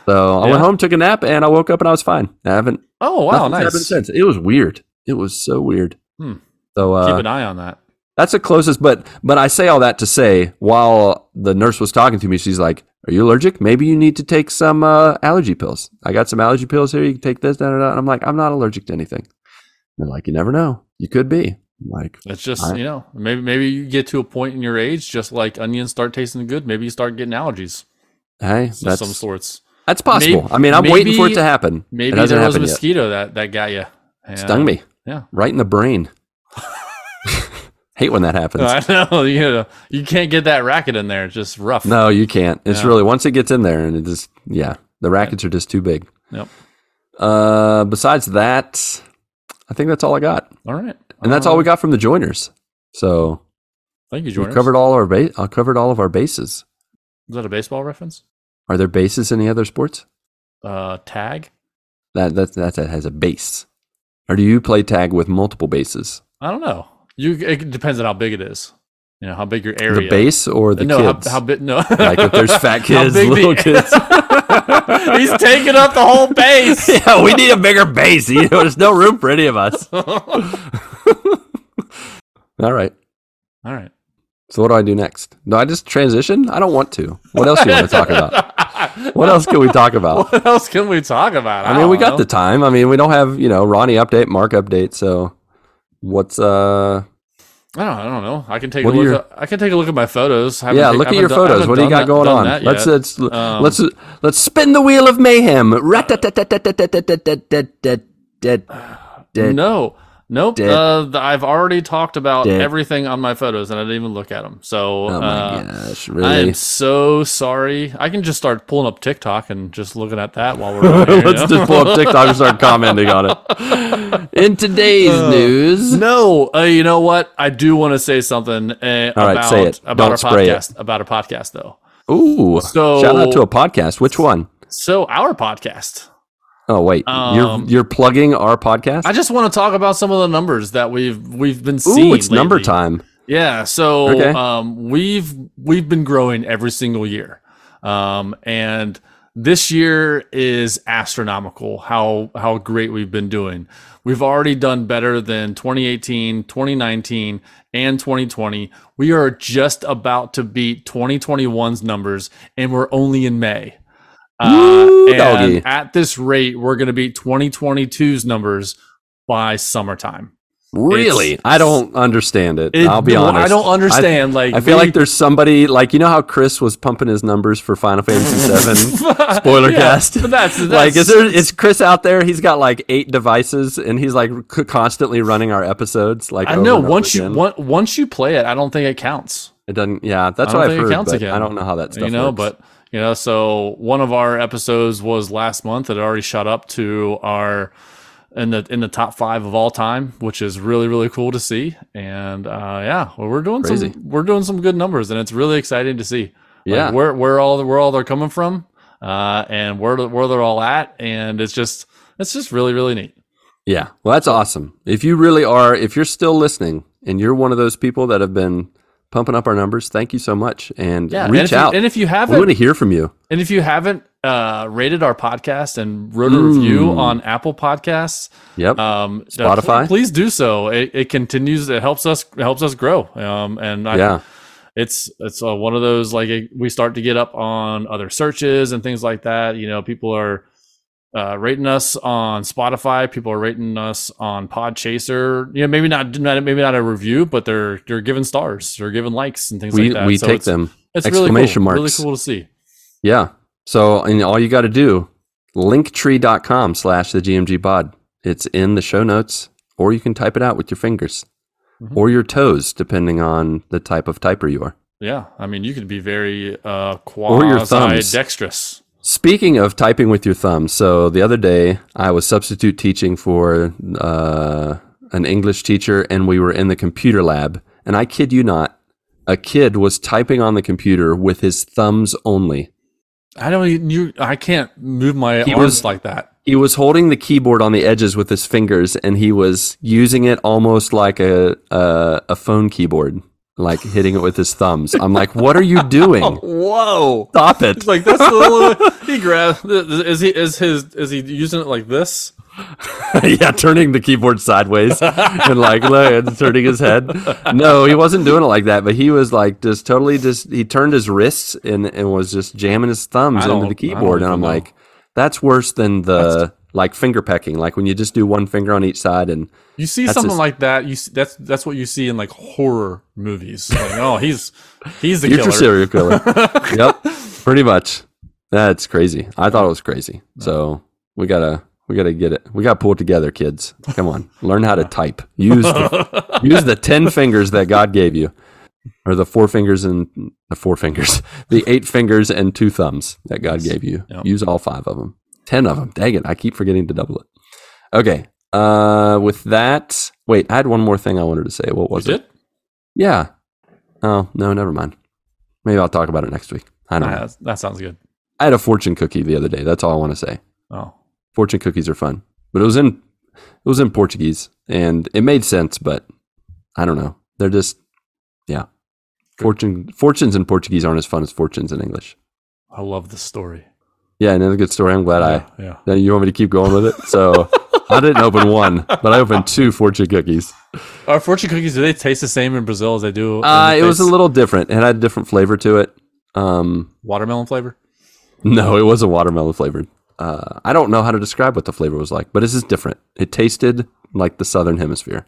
S2: so I
S3: Yeah.
S2: went home, took a nap, and I woke up and I was fine. I haven't.
S3: Oh wow,
S2: nothing's happened
S3: nice. Keep
S2: since. It was weird. It was so weird.
S3: Hmm.
S2: So uh,
S3: an eye on that.
S2: that's the closest. But but I say all that to say, while the nurse was talking to me, she's like, "Are you allergic? Maybe you need to take some uh, allergy pills. I got some allergy pills here. You can take this." Da, da, da. And I'm like, "I'm not allergic to anything." And they're like, "You never know. You could be." I'm like,
S3: It's just
S2: All right.
S3: you know maybe maybe you get to a point in your age, just like onions start tasting good. Maybe you start getting allergies
S2: "Hey,
S3: of
S2: that's
S3: some sorts.
S2: that's possible."
S3: Maybe-
S2: I mean, I'm waiting for it
S3: maybe-
S2: to happen.
S3: Maybe
S2: it hasn't
S3: there was a
S2: happened yet.
S3: mosquito that that got you.
S2: Stung me.
S3: Yeah.
S2: right in the brain. Hate when that happens.
S3: I know you know you can't get that racket in there. It's just rough.
S2: No, you can't. It's
S3: Yeah.
S2: really once it gets in there, and it just yeah, the rackets are just too big.
S3: Yep.
S2: Uh, besides that, I think that's all I got,
S3: All right. Um,
S2: and that's all
S3: Uh,
S2: we got from the joiners. So
S3: Thank you,
S2: we
S3: Jordan.
S2: covered all our base. I covered all of our bases.
S3: Is that a baseball reference?
S2: Are there bases in the other sports?
S3: Uh, tag.
S2: That that that, that has a base, or do you play tag with multiple bases?
S3: I don't know. You. It depends on how big it is. You know how big your area.
S2: The base or the
S3: no,
S2: kids?
S3: how, how big? No.
S2: like if there's fat
S3: How
S2: kids,
S3: big the-
S2: little kids.
S3: He's taking up the whole base.
S2: yeah, we need a bigger base. You know, there's no room for any of us.
S3: all
S2: All right.
S3: right.
S2: So what do I do next? Do I just transition? I don't want to. What else do you want to talk about? What else can we talk about?
S3: What else can we talk about?
S2: I mean, we got
S3: the.
S2: the time. I mean, we don't have you know Ronnie update, Mark update. So what's uh?
S3: I don't, I don't know. I can take
S2: What
S3: a
S2: are
S3: look.
S2: your-
S3: At, I can take a look at my photos. Haven't
S2: yeah,
S3: ta-
S2: look at
S3: haven't
S2: your
S3: done-
S2: photos.
S3: haven't
S2: What do you
S3: done
S2: got going
S3: that- done
S2: on?
S3: that
S2: Let's uh,
S3: yet.
S2: let's,
S3: Um,
S2: let's let's spin the wheel of mayhem. Rat-tat-tat-tat-tat-tat-tat-tat-tat-tat-tat.
S3: no, Nope.
S2: Dead.
S3: Uh, th- I've already talked about
S2: Dead.
S3: everything on my photos, and I didn't even look at them. So
S2: Oh my
S3: uh,
S2: gosh,
S3: I
S2: really?
S3: am so sorry. I can just start pulling up TikTok and just looking at that while we're on here, you
S2: Let's
S3: know?
S2: just pull up TikTok and start commenting on it. In today's news,
S3: No, uh, you know what? I do want to say something uh,
S2: All
S3: about
S2: right, say it.
S3: about
S2: Don't
S3: our
S2: spray it.
S3: podcast. About our podcast, though.
S2: ooh,
S3: So-
S2: shout out to a podcast. Which one?
S3: So our podcast.
S2: Oh wait,
S3: Um,
S2: you're you're plugging our podcast?
S3: I just want to talk about some of the numbers that we've we've been seeing.
S2: ooh, it's number
S3: lately.
S2: time.
S3: Yeah, so
S2: Okay.
S3: um, we've we've been growing every single year, um, and this year is astronomical. How how great we've been doing. We've already done better than 2018, 2019, and 2020. We are just about to beat 2021's numbers, and we're only in May. Uh,
S2: Woo, doggy.
S3: and at this rate, we're going to beat 2022's numbers by summertime.
S4: Really?
S2: I don't understand it.
S3: It-
S2: I'll be
S3: well,
S2: honest.
S3: I don't understand. like,
S2: I feel
S3: we-
S2: like there's somebody like you know how Chris was pumping his numbers for Final Fantasy VII spoiler
S3: Yeah,
S2: cast.
S3: but that's-
S2: like
S3: that's-
S2: is there is Chris out there? He's got like eight devices and he's like c- constantly running our episodes. Like
S3: I
S2: over
S3: know
S2: and over
S3: once you
S2: again.
S3: on- once you play it, I don't think it counts.
S2: it doesn't. Yeah, that's
S3: I don't
S2: what I've
S3: think it
S2: heard.
S3: counts
S2: but
S3: again.
S2: I don't know how that stuff.
S3: you know,
S2: works.
S3: but you know, so one of our episodes was last month. It already shot up to our in the in the top five of all time, which is really really cool to see. And uh, yeah, well, we're doing
S2: Crazy.
S3: some we're doing some good numbers, and it's really exciting to see. Like,
S2: Yeah.
S3: where where all where all they're coming from, uh, and where where they're all at, and it's just it's just really really neat.
S2: Yeah. Well, that's awesome. If you really are, if you're still listening and you're one of those people that have been pumping up our numbers, thank you so much. And
S3: Yeah, and
S2: reach
S3: if you-
S2: out.
S3: and if you
S2: we
S3: haven't
S2: want to hear from you.
S3: And if you haven't uh, rated our podcast and wrote a review on Apple Podcasts,
S2: Yep.
S3: um,
S2: Mm. Spotify?
S3: pl- please do so. It, it continues. It helps us. It helps us grow. Um, and I,
S2: yeah.
S3: it's it's uh, one of those like it, we start to get up on other searches and things like that. You know, people are uh, rating us on Spotify. People are rating us on PodChaser. You know, maybe not, not maybe not a review, but they're they're giving stars, they're giving likes and things
S2: We,
S3: like that.
S2: we
S3: So
S2: take
S3: it's-
S2: them.
S3: It's
S2: Exclamation
S3: really cool,
S2: marks.
S3: Really cool to see.
S2: Yeah. So, and all you got to do, linktree.com slash the GMG pod. It's in the show notes, or you can type it out with your fingers
S3: Mm-hmm.
S2: or your toes, depending on the type of typer you are.
S3: Yeah, I mean, you could be very uh,
S2: your thumbs.
S3: quasi dexterous.
S2: Speaking of typing with your thumb, so the other day I was substitute teaching for uh, an English teacher, and we were in the computer lab. And I kid you not, a kid was typing on the computer with his thumbs only.
S3: I don't. even- You, I can't move my
S2: He
S3: arms
S2: was-
S3: like that.
S2: He was holding the keyboard on the edges with his fingers, and he was using it almost like a a, a phone keyboard, like hitting it with his thumbs. I'm like, what are you doing?
S3: Whoa!
S2: Stop it!
S3: It's like that's a little. he grabs. Is he? Is his? Is he using it like this?
S2: yeah, turning the keyboard sideways and like look, and turning his head. No, he wasn't doing it like that, but he was like just totally just he turned his wrists and, and was just jamming his thumbs
S3: I
S2: into
S3: don't-
S2: the
S3: I don't
S2: keyboard. And
S3: even
S2: I'm
S3: know.
S2: like, that's worse than the like finger pecking, like when you just do one finger on each side and
S3: You see
S2: That's
S3: something
S2: his-
S3: like that. You see, that's that's what you see in like horror movies. Like, oh, he's he's the
S2: future
S3: killer.
S2: serial killer. yep. Pretty much. That's crazy. I thought it was crazy. So we gotta we gotta get it. We gotta pull it together, kids. Come on. Learn how to type. Use the, use the ten fingers that God gave you. Or the four fingers and the four fingers. The eight fingers and two thumbs that God gave you.
S3: Yep.
S2: Use all five of them. Ten of them. Dang it. I keep forgetting to double it. Okay. Uh with that wait, I had one more thing I wanted to say. What
S3: You
S2: was it?
S3: did?
S2: Yeah. Oh, no, never mind. Maybe I'll talk about it next week. I
S3: Nah,
S2: don't know.
S3: that's- that sounds good.
S2: I had a fortune cookie the other day. That's all I want to say.
S3: Oh,
S2: Fortune cookies are fun. But it was in it was in Portuguese and it made sense, but I don't know. They're just yeah. Fortune fortunes in Portuguese aren't as fun as fortunes in English.
S3: I love this story.
S2: Yeah, another good story. I'm glad I
S3: yeah.
S2: then you want me to keep going with it? So I didn't open one, but I opened two fortune cookies.
S3: Are fortune cookies? Do they taste the same in Brazil as they do? in
S2: Uh,
S3: the
S2: it was a
S3: States?
S2: little different. It had a different flavor to it. Um,
S3: watermelon flavor.
S2: No, it wasn't watermelon flavored. Uh, I don't know how to describe what the flavor was like, but it's just different. It tasted like the southern hemisphere.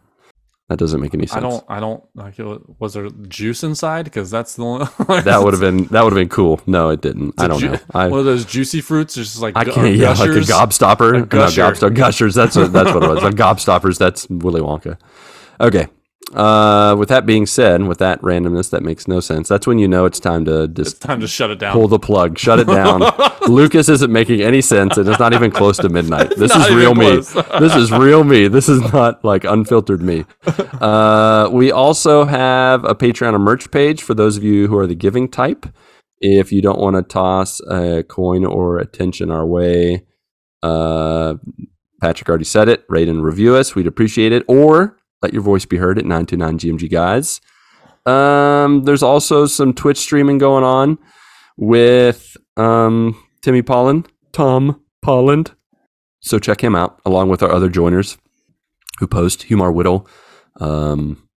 S2: That doesn't make any sense.
S3: I don't. I don't. Like, it- was there juice inside? Because that's the only.
S2: that would have been that would have been cool. No, it didn't. I don't
S3: Ju-
S2: know. I,
S3: one of those juicy fruits, just like
S2: I
S3: gu-
S2: can't. Yeah, like a
S3: gushers.
S2: gobstopper. no,
S3: gusher.
S2: gobstopper. Gushers. That's what that's what it was. A gobstoppers. That's Willy Wonka. Okay. Uh, with that being said, with that randomness, that makes no sense. That's when you know it's time to just
S3: Time to shut it down.
S2: pull the plug, shut it down. Lucas isn't making any sense, and it's not even close to midnight. This
S3: not
S2: is real
S3: even
S2: me.
S3: close.
S2: this is real me. This is not like unfiltered me. Uh, we also have a Patreon and merch page for those of you who are the giving type. If you don't want to toss a coin or attention our way, uh, Patrick already said it. Rate and review us. We'd appreciate it. Or let your voice be heard at 929 GMG Guys. Um, there's also some Twitch streaming going on with um, Timmy Polland, Tom Polland. So check him out along with our other joiners who post Humar Whittle. Um,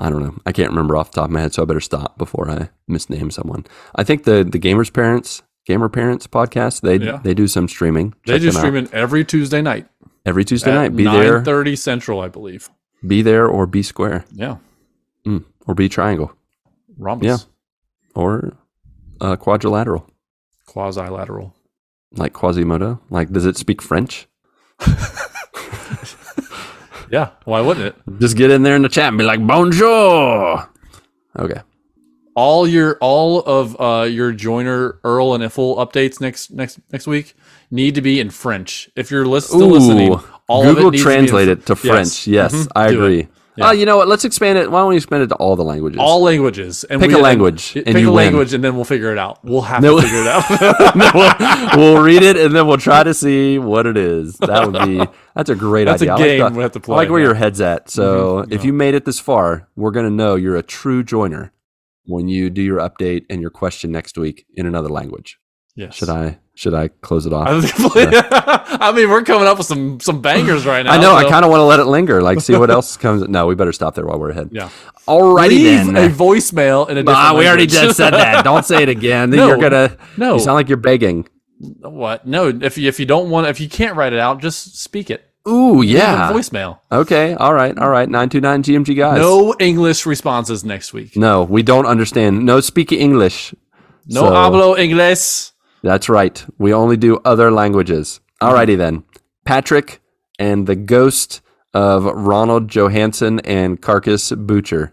S2: I don't know. I can't remember off the top of my head, so I better stop before I misname someone. I think the the gamers parents, gamer parents podcast, they
S3: Yeah.
S2: they do some streaming.
S3: they
S2: Check
S3: do
S2: them out.
S3: streaming every Tuesday night.
S2: every Tuesday
S3: at
S2: night. Be there,
S3: 9:30 Central, I believe.
S2: be there, or be square,
S3: Yeah,
S2: mm. or be triangle,
S3: rhombus,
S2: Yeah. or uh, quadrilateral,
S3: quasilateral.
S2: like Quasimodo. Like, does it speak French?
S3: Yeah, why wouldn't it?
S4: Just get in there in the chat and be like, bonjour.
S2: Okay.
S3: all your all of uh, your joiner Earl and Iffle updates next next next week need to be in French. If you're lis- still listening, all
S2: Google
S3: of it needs to
S2: translate
S3: be in
S2: it to French. Yes,
S3: Mhm.
S2: I
S3: Do it.
S2: agree. Oh, you know what? Let's expand it. Why don't we expand it to all the languages?
S3: All languages. And
S2: Pick a
S3: then-
S2: language, and
S3: pick
S2: you
S3: a
S2: win.
S3: language, and then we'll figure it out. We'll have
S2: No.
S3: to figure it out.
S2: we'll, we'll read it and then we'll try to see what it is. That would be that's a great
S3: That's a
S2: idea. I
S3: game
S2: like the-
S3: we have to
S2: I like
S3: play,
S2: where
S3: yeah. Mm-hmm.
S2: your head's at. So if you made it this far, we're gonna know you're a true joiner when you do your update and your question next week in another language.
S3: yes.
S2: Should I should I close it off?
S3: I, was gonna- I mean, we're coming up with some some bangers right now.
S2: I know. I
S3: so-
S2: kind of want to let it linger. Like, see what else comes. No, we better stop there while we're ahead.
S3: Yeah.
S2: Alrighty
S3: leave
S2: then.
S3: a voicemail in a. Different
S4: Ah, we already
S3: language.
S4: just said that. Don't say it again.
S2: Then
S3: No.
S2: you're gonna.
S3: No.
S2: You sound like you're begging.
S3: what? No, if you, if you don't want, if you can't write it out, just speak it.
S2: Ooh,
S3: Leave a
S2: yeah.
S3: voicemail.
S2: Okay. All right. All right. Nine two nine GMG guys.
S3: No English responses next week.
S2: No, we don't understand. No speak English.
S3: No
S2: So-
S3: hablo inglés.
S2: That's right. We only do other languages. Alrighty then. Patrick and the ghost of Ronald Johansson and Carcass Butcher,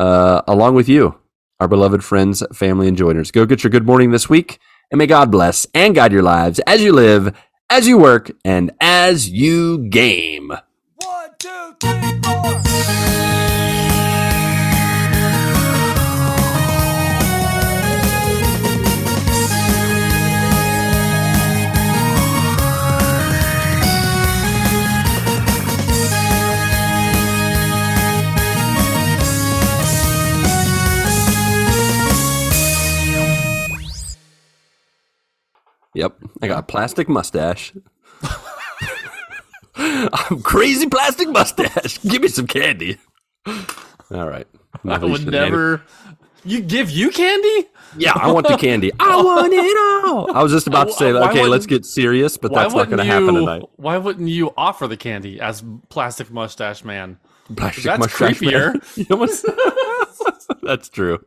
S2: uh, along with you, our beloved friends, family, and joiners. Go get your good morning this week, and may God bless and guide your lives as you live, as you work, and as you game.
S1: One, two, three, four.
S2: Yep, I got a plastic mustache.
S4: I'm crazy plastic mustache. Give me some candy.
S2: All right.
S3: I
S2: Unleash
S3: would
S2: the name.
S3: never. You give you candy?
S4: Yeah,
S2: I want the candy. I want it all. I was just about to say,
S3: Why
S2: okay,
S3: wouldn't-
S2: let's get serious, but that's not going to
S3: you?
S2: happen tonight.
S3: Why wouldn't you offer the candy as plastic mustache man?
S2: Plastic
S3: That's
S2: mustache man.
S3: creepier.
S2: You almost- that's true.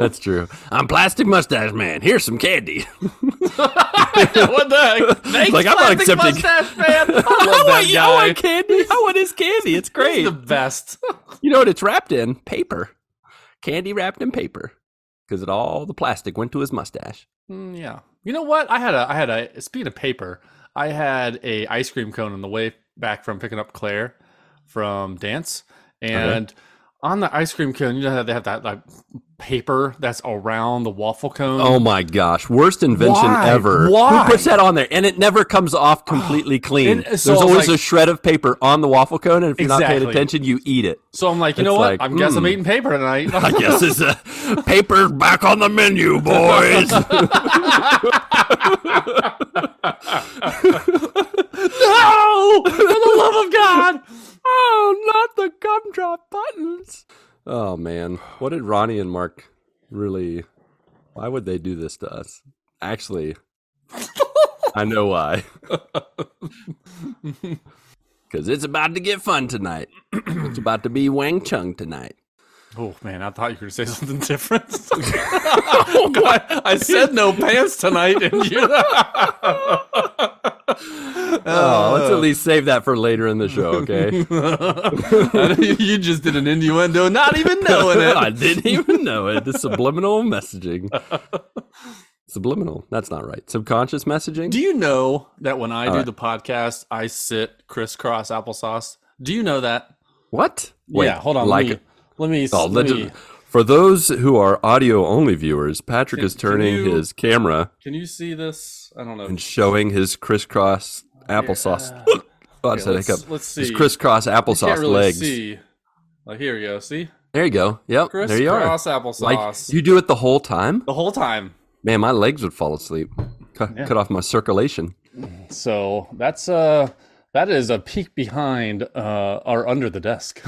S2: That's true.
S4: I'm plastic mustache man. Here's some candy.
S3: what the heck? Thanks,
S2: Like, I'm not
S3: plastic
S2: accepting-
S3: mustache man. I love that
S2: I
S3: guy.
S2: want candy. I want his candy. It's
S3: He's
S2: great.
S3: the best.
S2: You know what it's wrapped in? Paper. Candy wrapped in paper. Because it all the plastic went to his mustache.
S3: Mm, yeah. You know what? I had a I had a speaking of paper, I had a ice cream cone on the way back from picking up Claire from dance, and on the ice cream cone, you know how they have that like paper that's around the waffle cone.
S2: Oh my gosh. Worst invention
S3: Why?
S2: ever.
S3: Why?
S2: Who puts that on there? And it never comes off completely
S4: uh,
S2: clean.
S3: And so I
S2: There's
S3: was
S2: always
S3: like-
S2: a shred of paper on the waffle cone, and if you're not paying
S3: Exactly.
S2: attention, you eat it.
S3: So I'm like, hmm. you
S2: It's
S3: know what?
S2: like,
S3: I'm guess I'm
S2: mm.
S3: eating paper tonight.
S4: I guess it's uh, papers back on the menu, boys.
S3: no! For the love of God!
S2: Oh, not the gumdrop buttons. Oh man, what did Ronnie and Mark really? Why would they do this to us? Actually, I know why.
S4: Because it's about to get fun tonight. It's about to be Wang Chung tonight.
S3: Oh man, I thought you were gonna say something different. Oh, God, I said no pants tonight, and you.
S2: Oh, let's at least save that for later in the show, okay?
S3: you just did an innuendo, not even knowing it.
S2: I didn't even know it. The subliminal messaging. Subliminal. That's not right. Subconscious messaging.
S3: Do you know that when I do the podcast, I sit crisscross applesauce? Do you know that?
S2: what? Wait,
S3: yeah, hold on.
S2: Like,
S3: let me. Let me,
S2: oh,
S3: let
S2: let-
S3: me-
S2: for those who are audio only viewers, Patrick is
S3: can
S2: turning
S3: you-
S2: his camera
S3: Can you see this? I don't know.
S2: and showing his crisscross applesauce. Oh, I
S3: Okay,
S2: said
S3: let's-
S2: hiccup.
S3: let's
S2: His
S3: see.
S2: crisscross
S3: You
S2: applesauce
S3: can't really
S2: legs.
S3: see. Like, here you go. See,
S2: There you go. Yep. there you are.
S3: crisscross applesauce.
S2: Like you do it the whole time.
S3: the whole time.
S2: Man, my legs would fall asleep. Cut, cut off my circulation.
S3: So that's uh that is a peek behind uh our under the desk.